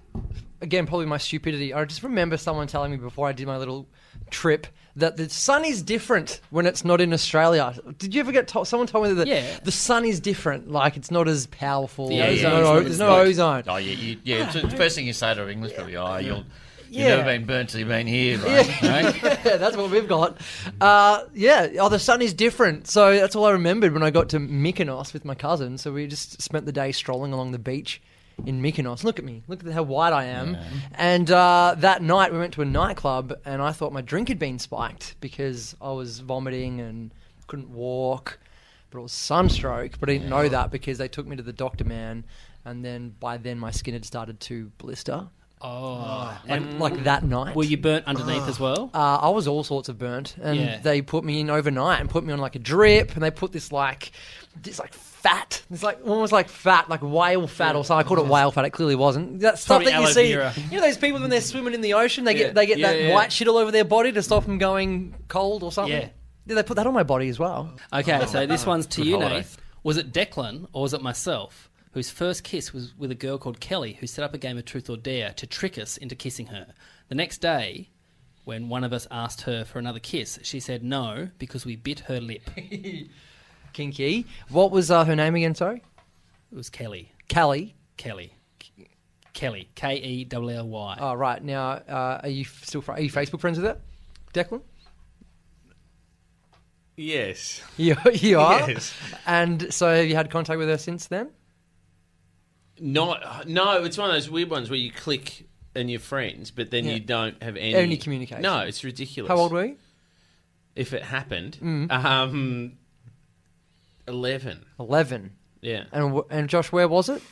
again probably my stupidity. I just remember someone telling me before I did my little trip that the sun is different when it's not in Australia. Did you ever get told? Someone told me that Yeah. the sun is different. Like it's not as powerful. The there's ozone's no, not as there's no good. ozone. Oh yeah, you, yeah. It's the first thing you say to English people, oh, you'll, you've Yeah. never been burnt till you've been here, right? yeah, that's what we've got. Uh, yeah, oh, the sun is different. So that's all I remembered when I got to Mykonos with my cousin. So we just spent the day strolling along the beach in Mykonos. Look at me. Look at how white I am. And uh, that night we went to a nightclub and I thought my drink had been spiked because I was vomiting and couldn't walk. But it was sunstroke, but I didn't know that because they took me to the doctor man. And then by then my skin had started to blister. Oh. Like, like that night. Were you burnt underneath as well? Uh, I was all sorts of burnt, and Yeah. they put me in overnight and put me on like a drip, and they put this like this like fat, this like almost like fat, like whale fat or something. I called it whale fat. It clearly wasn't. That stuff Probably that you aloe see, vera. you know, those people when they're swimming in the ocean, they Yeah. get they get Yeah, that yeah, yeah. white shit all over their body to stop them going cold or something. Yeah. Yeah, they put that on my body as well. Okay, so this one's to you, holiday. Nath. Was it Declan or was it myself whose first kiss was with a girl called Kelly who set up a game of Truth or Dare to trick us into kissing her? The next day, when one of us asked her for another kiss, she said no because we bit her lip. It Kinky. What was uh, her name again? Sorry, was Kelly. Callie. Kelly. K- Kelly. K E W L Y. Oh, right. Now, uh, are you f- still fr- are you Facebook friends with her, Declan? Yes. You, you are. Yes. And so, have you had contact with her since then? Not no, it's one of those weird ones where you click and you're friends, but then Yeah. you don't have any Any communication. No, it's ridiculous. How old were you? Mm. If it happened, um, eleven. Eleven. Yeah. And wh- and Josh, where was it?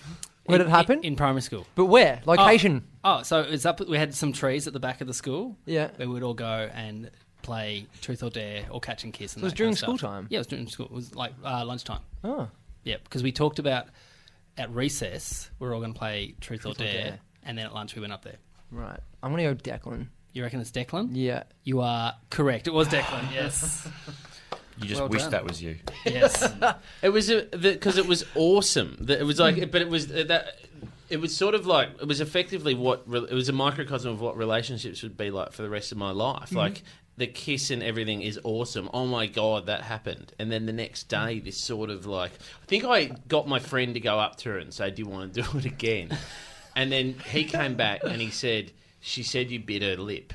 Where did it In- happen? in, primary school? but where? Location. Oh, so it's up. We had some trees at the back of the school. Yeah. where we'd all go and play Truth or Dare or Catch and Kiss. And So it was that during kind of school stuff. time? Yeah, it was during school. It was like uh, lunchtime. Oh. Yeah, because we talked about at recess we we're all going to play Truth, or, or Dare, Dare. and then at lunch we went up there. Right. I'm gonna go Declan. You reckon it's Declan? Yeah. You are correct. It was Declan. Yes. You just Well wish done. that was you. yes. It was because it was awesome. That It was like, but it was uh, that. It was sort of like it was effectively what re- it was a microcosm of what relationships would be like for the rest of my life. Like the kiss and everything is awesome. Oh my god, that happened. And then the next day, this sort of like I think I got my friend to go up to her and say, "Do you want to do it again?" And then he came back and he said, "She said you bit her lip."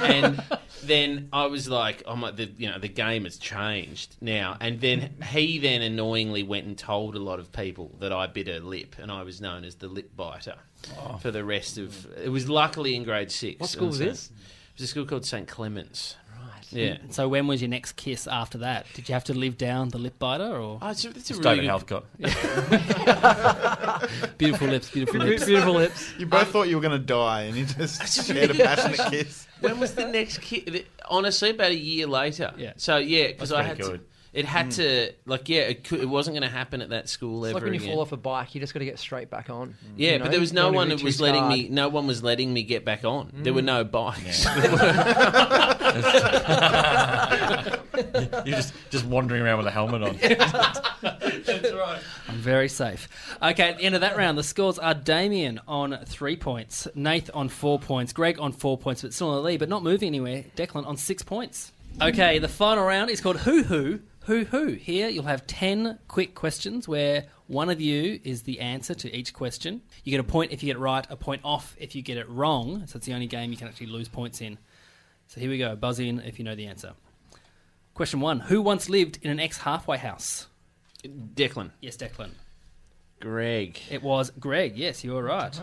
and then I was like, "Oh my, the you know the game has changed now." And then he then annoyingly went and told a lot of people that I bit her lip, and I was known as the lip biter for the rest of. It was luckily in grade six. Oh. What school And was so- this? It was a school called St Clements. Right. Yeah. So when was your next kiss after that? Did you have to live down the lip biter or Oh, it's a, it's a It's really David good- Healthcott. beautiful lips, beautiful lips? Beautiful lips. You both thought you were going to die, and you just shared a passionate kiss. When was the next kid? Honestly, about a year later. Yeah. So yeah, because I pretty had to. good. It had to like yeah, it, could, it wasn't going to happen at that school Hmm. It's ever like when you again. fall off a bike, you just got to get straight back on. Yeah, you know? but there was You no don't one wanna be that too was letting me. scarred. No one was letting me get back on. There were no bikes. You're just, just wandering around with a helmet on. I'm very safe. Okay, at the end of that round, the scores are Damien on three points, Nath on four points, Greg on four points, but still in the lead, but not moving anywhere. Declan on six points. Okay, the final round is called Who Who Who Who. Here you'll have ten quick questions where one of you is the answer to each question. You get a point if you get it right, a point off if you get it wrong. So it's the only game you can actually lose points in. So here we go. Buzz in if you know the answer. Question one: Who once lived in an ex-halfway house? Declan, Yes, Declan. Greg. It was Greg. Yes, you were Oh, right.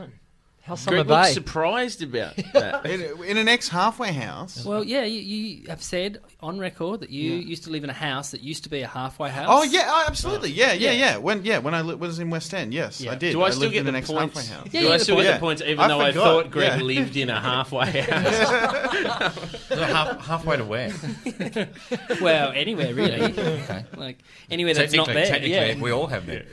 How's Summer Greg looked Bay? surprised about that. In, in an ex halfway house. Well, yeah, you, you have said on record that you used to live in a house that used to be a halfway house. Oh yeah, oh, absolutely. Yeah, Yeah. yeah, yeah. When yeah, when I li- was in West End, yes, Yeah. I did. Do I still lived get in the an ex halfway points? house. Yeah, Do yeah, I the still get point. the points, even I though I forgot, thought Greg yeah. lived in a halfway house? Half, halfway to where? Well, anywhere really. Like anywhere that's not there. yeah. we all have that.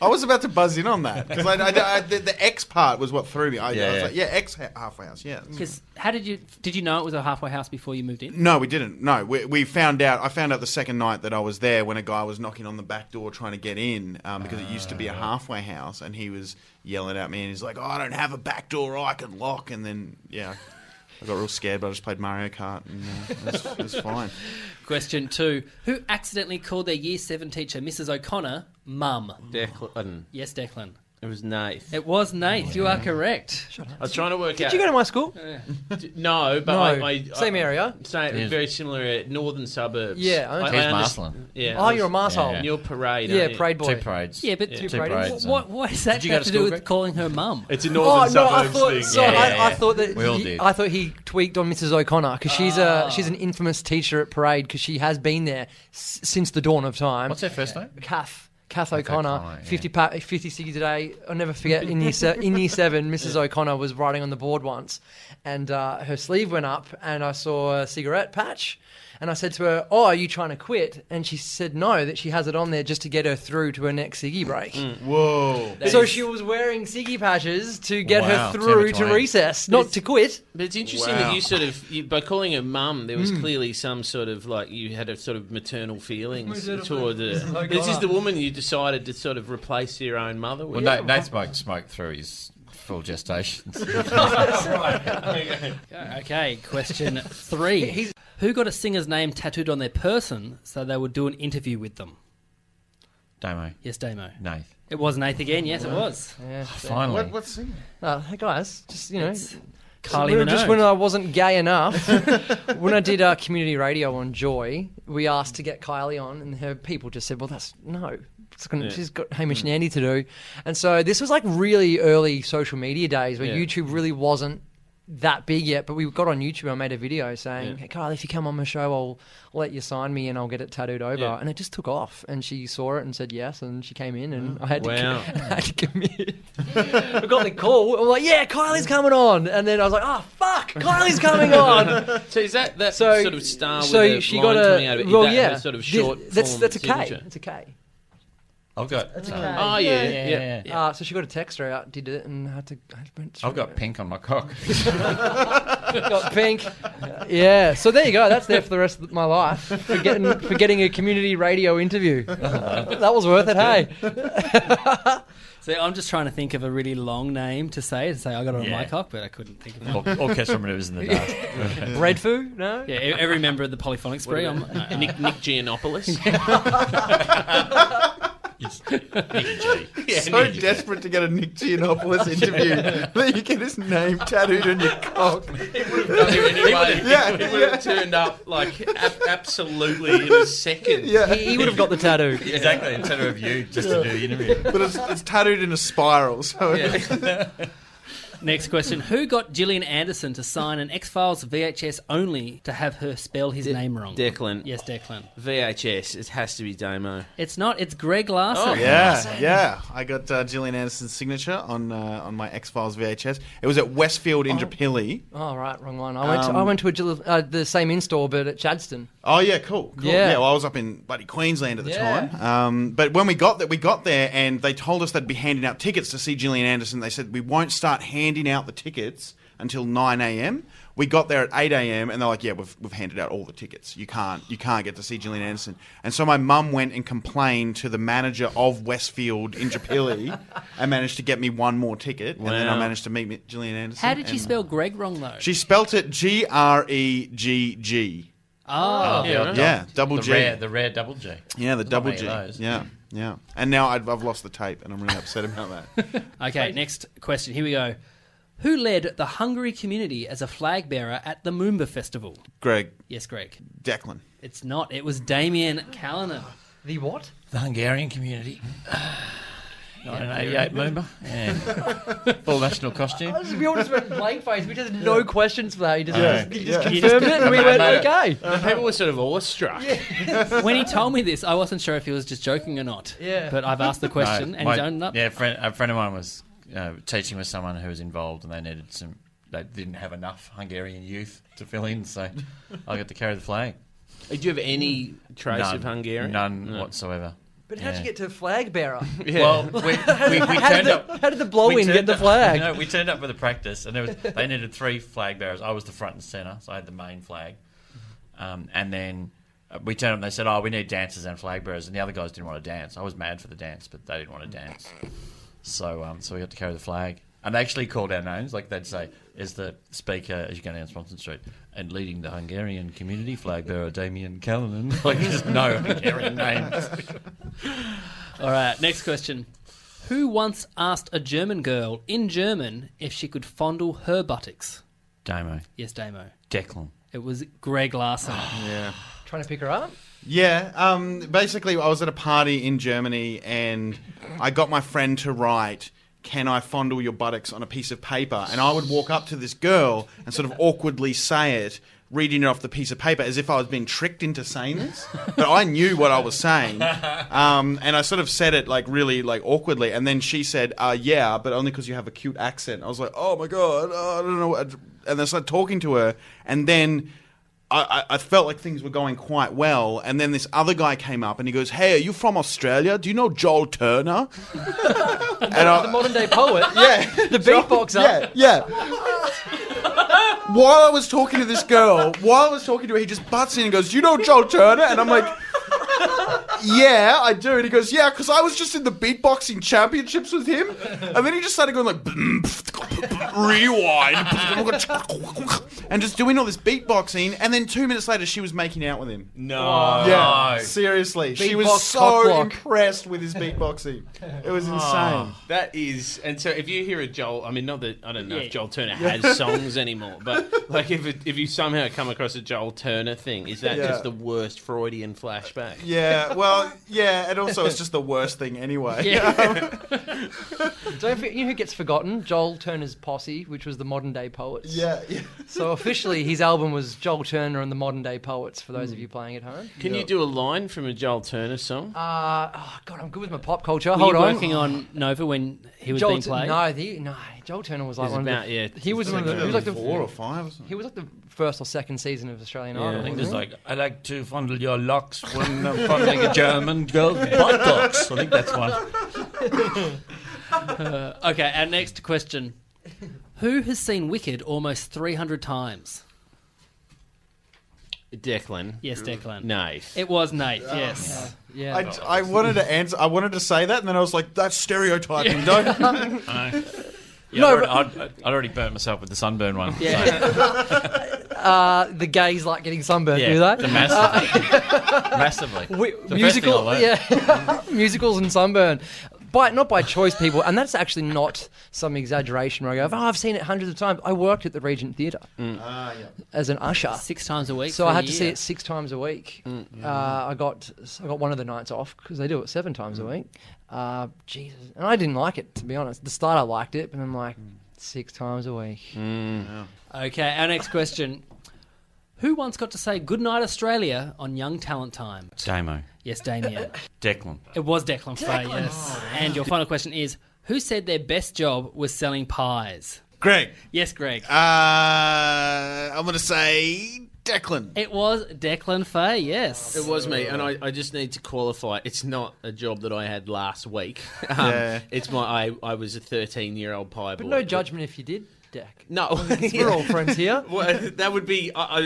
I was about to buzz in on that because I, I- I- the, the X part was what threw me. I, I Yeah, was yeah. like, yeah, X ha- halfway house. Yeah. 'Cause how did you did you know it was a halfway house before you moved in? No, we didn't. No, we, we found out. I found out the second night that I was there when a guy was knocking on the back door trying to get in um, because it used to be Ah. a halfway house, and he was yelling at me, and he's like, "Oh, I don't have a back door I can lock." And then yeah, I got real scared, but I just played Mario Kart, and uh, it, was, it was fine. Question two: Who accidentally called their year seven teacher, Mrs. O'Connor, mum? Declan. Yes, Declan. It was Nath. It was Nate. You are correct. I was trying to work Did out. you go to my school? no, but No. I, I, Same area. Same, very similar area, northern suburbs. Yeah, I- I, He's I underst- Marsland. Yeah. Oh, I was- you're a marsehole. Yeah. You're parade. Yeah, aren't you? Parade Boy. Two parades. Yeah, but Yeah. two Two parades. parades What, what is that Did you go got to to, school, do with Greg? calling her mum? It's a Oh northern no! I suburbs thought thing. so. Yeah, I, yeah, I yeah. thought that We all he- did. I thought he tweaked on Mrs. O'Connor because she's a she's an infamous teacher at Parade because she has been there s- since the dawn of time. What's her first name? Kath. Kath O'Connor, O'Connor, yeah. 50 pa- 50 ciggies a day. I'll never forget. In year, se- in year seven, Mrs. O'Connor was riding on the board once, and uh, her sleeve went up, and I saw a cigarette patch, and I said to her, "Oh, are you trying to quit?" And she said no, that she has it on there just to get her through to her next Mm. ciggy break. Whoa. So she was wearing ciggy patches to get Wow, her through Timber to Twain. recess, not to quit. But it's interesting Wow. that you sort of you, by calling her mum, there Hmm. was clearly some sort of like you had a sort of maternal feelings toward her. This is the woman you decided to sort of replace your own mother with. Well, Nate, Nate smoked smoke through his full gestation. Okay, question three. Who got a singer's name tattooed on their person so they would do an interview with them? Damo. Yes, Damo. Nate. It was Nath again. Yes, it was. Finally. What, what's Uh, hey guys, just you know, Carly Well, Just Minogue. when I wasn't gay enough, when I did uh, community radio on Joy, we asked to get Kylie on, and her people just said, "Well, that's no." It's gonna, She's got Hamish and Andy to do, and so this was like really early social media days where Yeah. YouTube really wasn't that big yet. But we got on YouTube. I made a video saying, hey, "Kylie, if you come on my show, I'll I'll let you sign me, and I'll get it tattooed over." Yeah. And it just took off, and she saw it and said yes, and she came in, and I had to, Mm. Wow. I had to commit. I got the call. I'm like, yeah, Kylie's coming on, and then I was like, oh fuck, Kylie's coming on. So is that that So sort of star so with the she line got coming out of a it? Is well, that yeah, her sort of This- short that's form that's a K. signature? It's a K. I've got um, Oh yeah, yeah. Uh, so she got a text her out, did it, and had to. I went I've got pink on my cock. got pink. yeah. So there you go. That's there for the rest of my life for getting for getting a community radio interview. Uh-huh. that was worth it. Hey. So I'm just trying to think of a really long name to say to say I got it on my Yeah. cock, but I couldn't think of one. Or- Orchestra maneuvers in the dark. Bread food? No. Yeah, e- every member of the polyphonic spree. I'm, no, Nick, Nick Giannopoulos. so desperate to get a Nick Giannopoulos interview that you get his name tattooed on your cock. anyway, Yeah, he would have turned up like ab- absolutely in a second. Yeah, He, he would have got the tattoo. exactly, instead of you just to do the interview. but it's, it's tattooed in a spiral. So Next question: Who got Gillian Anderson to sign an X Files VHS only to have her spell his name wrong? Declan. Yes, Declan. VHS. It has to be Damo. It's not. It's Greg Larson. Oh, yeah, yeah. I got uh, Gillian Anderson's signature on uh, on my X Files VHS. It was at Westfield in Japilli. Oh right, wrong one. I went Um, to I went to a, Gil- uh, the same in store, but at Chadston. Oh yeah, cool. cool. Yeah. Yeah. well, I was up in bloody Queensland at the Yeah. time. Um, but when we got that, we got there and they told us they'd be handing out tickets to see Gillian Anderson. They said we won't start handing out the tickets until nine a.m. We got there at eight a.m. and they're like, "Yeah, we've, we've handed out all the tickets. You can't you can't get to see Gillian Anderson." And so my mum went and complained to the manager of Westfield in Japilli and managed to get me one more ticket. And then I Wow. managed to meet Gillian Anderson. How did she and- spell Greg wrong though? She spelt it G R E G G. oh, Yeah, double The G. rare, the rare double G. Yeah, the There's not double many G. of those. Yeah, yeah. And now I've, I've lost the tape, and I'm really upset about that. Okay, next question. Here we go. Who led the Hungary community as a flag bearer at the Moomba Festival? Greg Yes, Greg. Declan. It's not. It was Damien Callanan. The what? The Hungarian community. 1988 Moomba. Yeah. Full national costume. To be honest, we went blank face. We just had no questions for that. He just, Yeah. he just Yeah. confirmed it, and we went Mate. okay. And people were sort of awestruck. When he told me this, I wasn't sure if he was just joking or not. Yeah. But I've asked the question No, and my- he's owned up. Yeah, friend, a friend of mine was uh, teaching with someone who was involved, and they needed some. They didn't have enough Hungarian youth to fill in, so I got to carry the flag. Do you have any trace none, of Hungarian? none whatsoever. But how'd Yeah. you get to flag bearer? Well, we, we, we How did turned the, up. how did the blow we in Oh, get turned the up- flag? No, we turned up for the practice, and there was they needed three flag bearers. I was the front and center, so I had the main flag. Um, and then uh, we turned up, and they said, "Oh, we need dancers and flag bearers." And the other guys didn't want to dance. I was mad for the dance, but they didn't want to dance. So, um, so we got to carry the flag, and they actually called our names. Like they'd say, "Is the speaker as you go down Swanson Street and leading the Hungarian community flag bearer Damien Callanan?" Like just no Hungarian names. All right, next question. Who once asked a German girl in German if she could fondle her buttocks? Damo, Yes, Damo. Declan. It was Greg Larson. Trying to pick her up. Yeah, um, basically, I was at a party in Germany, and I got my friend to write. Can I fondle your buttocks on a piece of paper? And I would walk up to this girl and sort of awkwardly say it, reading it off the piece of paper as if I was being tricked into saying this. But I knew what I was saying. Um, and I sort of said it like really like awkwardly. And then she said, uh, Yeah, but only because you have a cute accent. I was like, Oh my God, oh, I don't know. what-" And I started talking to her. And then I, I I felt like things were going quite well, and then this other guy came up and he goes, "Hey, are you from Australia? Do you know Joel Turner?" and The I, modern day poet. yeah, The beatboxer. yeah, yeah. while I was talking to this girl, while I was talking to her, he just butts in and goes, "You know Joel Turner?" And I'm like, yeah, I do. And he goes, yeah, because I was just in the beatboxing championships with him. And then he just started going like, rewind, and just doing all this beatboxing. And then two minutes later, she was making out with him. Oh, No. Yeah, seriously. she Beatbox was so cockblock. impressed with his beatboxing. It was insane. That is, and so if you hear a Joel, I mean, not that I don't know Yeah. if Joel Turner has songs anymore, but like if it, if you somehow come across a Joel Turner thing, is that Yeah. just the worst Freudian flashback? Yeah, well, yeah, and also it's just the worst thing anyway. Don't forget, you know who gets forgotten? Joel Turner's posse, which was the modern day poets. yeah, yeah. So officially, his album was Joel Turner and the modern day poets. For those of you playing at home. Can you do a line from a Joel Turner song? Uh, oh God, I'm good with my pop culture. Were Hold you on. working on Nova when he was Joel being Tu- played? No, the, no, Joel Turner was like He's one about- of the, yeah, he was one of the, he was like the four or five or something. he was like the first or second season of Australian Idol. I think wasn't there's he? Mm-hmm. like, I like to fondle your locks when I'm fondling a German girl's butt cocks. I think that's one. Okay, our next question. Who has seen Wicked almost 300 times? Declan. Yes, Declan. Nice. It was Nate, Oh. yes. yeah. I, I wanted to answer. I wanted to say that, and then I was like, "That's stereotyping." Don't. Yeah, I'd, already, I'd, I'd already burnt myself with the sunburn one. Yeah. so uh, the gays like getting sunburned. Yeah, do they? the massive, massively. We- It's the first thing I musical, learned. yeah, musicals and sunburn. By, not by choice, people, and that's actually not some exaggeration where I go, oh, I've seen it hundreds of times. I worked at the Regent Theatre Mm. as an usher. Six times a week. So for I a had to see year. it six times a week. Mm. Uh, I got I got one of the nights off because they do it seven times Mm. a week. Uh, Jesus, and I didn't like it to be honest. At The start I liked it, but I'm like Mm. six times a week. Okay, our next question. Who once got to say Goodnight Australia on Young Talent Time? Damo. Yes, Damien. Declan. it was Declan, Frey, yes. Oh, And your final question is Who said their best job was selling pies? Greg, Yes, Greg. uh, I'm gonna say Declan. it was Declan Fay, yes. It was me, and I, I just need to qualify. It's not a job that I had last week. Um, Yeah. It's my I, I was a thirteen year old pie But boy. no judgment if you did, Deck. No, We're all friends here. Well, that would be I, I,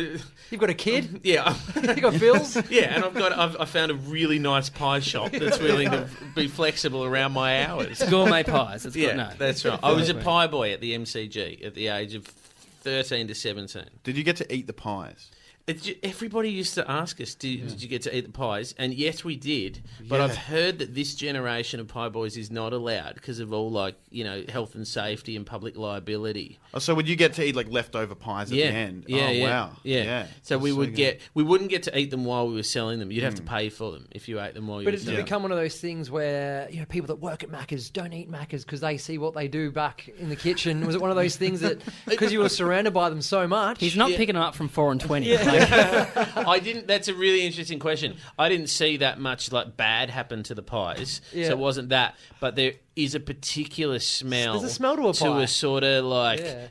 You've got a kid. yeah. You got bills. Yeah, and I've got I've, I found a really nice pie shop that's willing to be flexible around my hours. Gourmet pies. It's Yeah, good. No. that's right. I was a pie boy at the MCG at the age of thirteen to seventeen. Did you get to eat the pies? It, ju- everybody used to ask us, did, Hmm. did you get to eat the pies? And yes, we did. But I've heard that this generation of pie boys is not allowed because of all, like, you know, health and safety and public liability. Oh, so would you get to eat like leftover pies at yeah. the end? Yeah, oh, yeah, wow. Yeah. So That's we so would good. Hmm. get, we wouldn't get to eat them while we were selling them. You'd have to pay for them if you ate them while you But were it's selling them. become one of those things where you know people that work at Macca's don't eat Macca's because they see what they do back in the kitchen. Was it one of those things that because you were surrounded by them so much? He's not Yeah. picking 'em up from 4 and 20. I didn't. That's a really interesting question. I didn't see that much like bad happen to the pies, Yeah. so it wasn't that. But there is a particular smell. There's a smell to a to pie. a sort of like Yeah.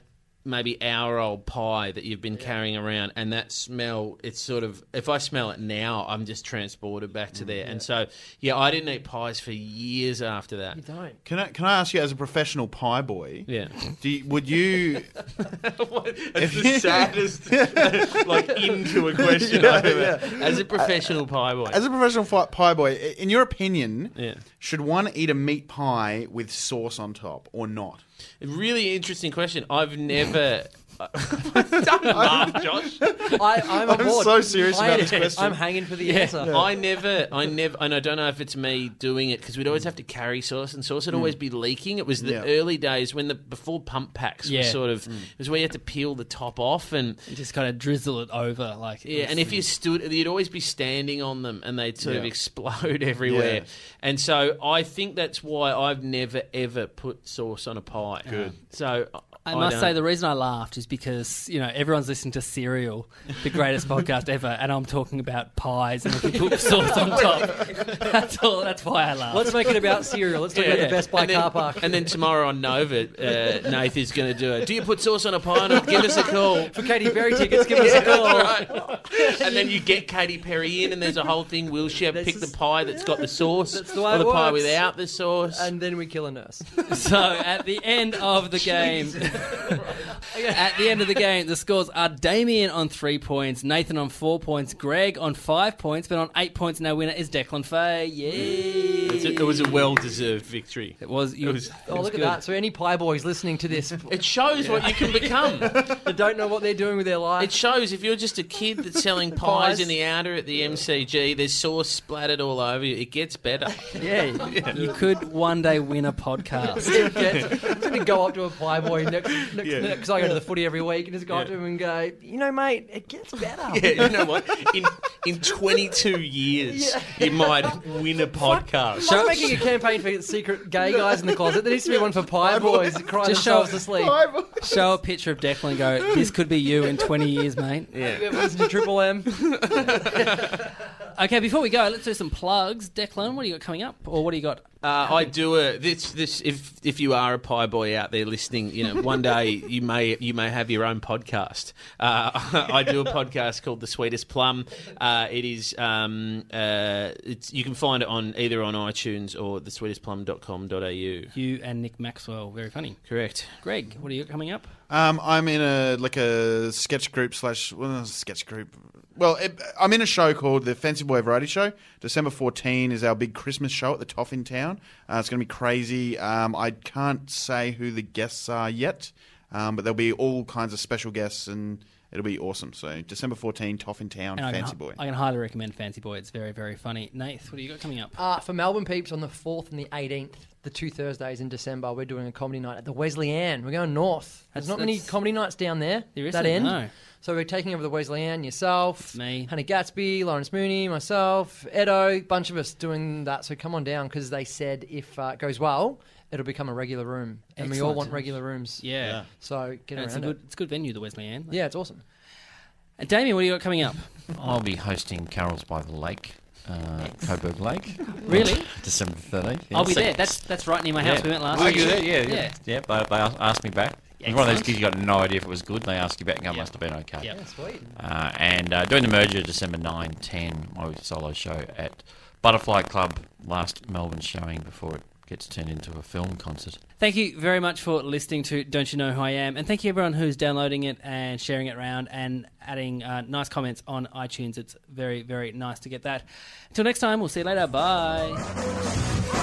maybe hour old pie that you've been carrying around, and that smell. It's sort of if I smell it now, I'm just transported back Mm, to there. And so yeah, I didn't eat pies for years after that. You don't. Can I can I ask you, as a professional pie boy, Yeah, do you, would you? it's the saddest like into a question. I've ever- As a professional pie boy, As a professional fi- pie boy, i- in your opinion, Yeah. should one eat a meat pie with sauce on top or not? Really interesting question. I've never. Don't laugh, Josh. I, I'm, I'm aboard. so serious I- about this question. I'm hanging for the answer. I never, I never, and I don't know if it's me doing it because we'd always have to carry sauce, and sauce would always be leaking. It was the Hmm. Yeah. Hmm. early days when the before pump packs Yeah. were sort of it was where you had to peel the top off, and You just kind of drizzle it over. like yeah, and if you stood, you'd always be standing on them, and they'd sort of Yeah. explode everywhere. Yeah. And so I think that's why I've never ever put sauce on a pie. Uh-huh. Good. So I must don't- say, the reason I laughed is because, you know, everyone's listening to Serial, the greatest podcast ever, and I'm talking about pies and if you put sauce on top. That's all. That's why I laughed. Let's make it about cereal. Let's talk about the Best Buy and then, car park. And then tomorrow on Nova, uh, Nath is going to do it. Do you put sauce on a pie? Not? Give us a call. for Katy Perry tickets, give us a call. Right. And then you get Katy Perry in, and there's a whole thing. Will she have pick the pie that's got the sauce, the way or the it pie works. without the sauce? And then we kill a nurse. So at the end of the game, At the end of the game, the scores are Damien on three points, Nathan on four points, Greg on five points, but on eight points, now winner is Declan Fay. Yay! It's a- it was a well-deserved victory. It was. You, It was- Oh, look good. at that. So, any pie boys listening to this It shows what you can become. that don't know what they're doing with their life. It shows if you're just a kid that's selling pies, Pies. in the outer at the MCG, there's sauce splattered all over you. It gets better. yeah. you could one day win a podcast. It gets- I'm going to go up to a pie boy next because I go to the footy every week and just go up to him and go, you know, mate, it gets better. yeah, you know what? In in 22 years, you might win a podcast. I'm making a campaign for secret gay guys in the closet. There needs to be one for pie boys who cry Just themselves show- to sleep. Show a picture of Declan and go, this could be you in 20 years, mate. You ever listen to Triple M? Okay, before we go, let's do some plugs. Declan, what do you got coming up? Or what do you got? Uh, I do a this this if if you are a pie boy out there listening, you know one day you may you may have your own podcast. Uh, I do a podcast called The Sweetest Plum. Uh, it is um, uh, it's you can find it on either on iTunes or thesweetestplum.com.au. You and Nick Maxwell. Very funny. Correct. Greg, what are you got coming up? Um, I'm in a like a sketch group slash well, not a sketch group. Well, it, I'm in a show called the Fancy Boy Variety Show. December 14 is our big Christmas show at the Toff in town. Uh, it's going to be crazy. Um, I can't say who the guests are yet, um, but there'll be all kinds of special guests and it'll be awesome. So December 14, Toff in town, And I Fancy can, Boy. I can highly recommend Fancy Boy. It's very, very funny. Nath, what do you got coming up? Uh, for Melbourne peeps, on the 4th and the 18th, the two Thursdays in December, we're doing a comedy night at the Wesleyan. We're going north. There's That's- not many that's- comedy nights down there. There that isn't, end. no. So we're taking over the Wesleyan, yourself, me. Hannah Gatsby, Lawrence Mooney, myself, Edo, bunch of us doing that. So come on down because they said if uh, it goes well, it'll become a regular room. And we all Excellent. want regular rooms. yeah. So get And it's a around good, it. it's a good venue, the Wesleyan. Yeah, it's awesome. And Damien, what do you got coming up? I'll be hosting Carols by the Lake, uh, Coburg Lake. Really? December 13th. yeah. I'll be So- there. That's that's right near my Yeah. house. We went last Were week. you there? Yeah, yeah. Yeah. Yeah, but they a- asked me back. It was one of those Excellent. kids you got no idea if it was good, and they asked you back, and I Yeah. must have been okay. Yeah. Sweet. Uh, and uh, doing the merger December 9, 10, my solo show at Butterfly Club, last Melbourne showing before it gets turned into a film concert. Thank you very much for listening to Don't You Know Who I Am, and thank you everyone who's downloading it and sharing it around and adding uh, nice comments on iTunes. It's very, very nice to get that. Until next time, we'll see you later. Bye.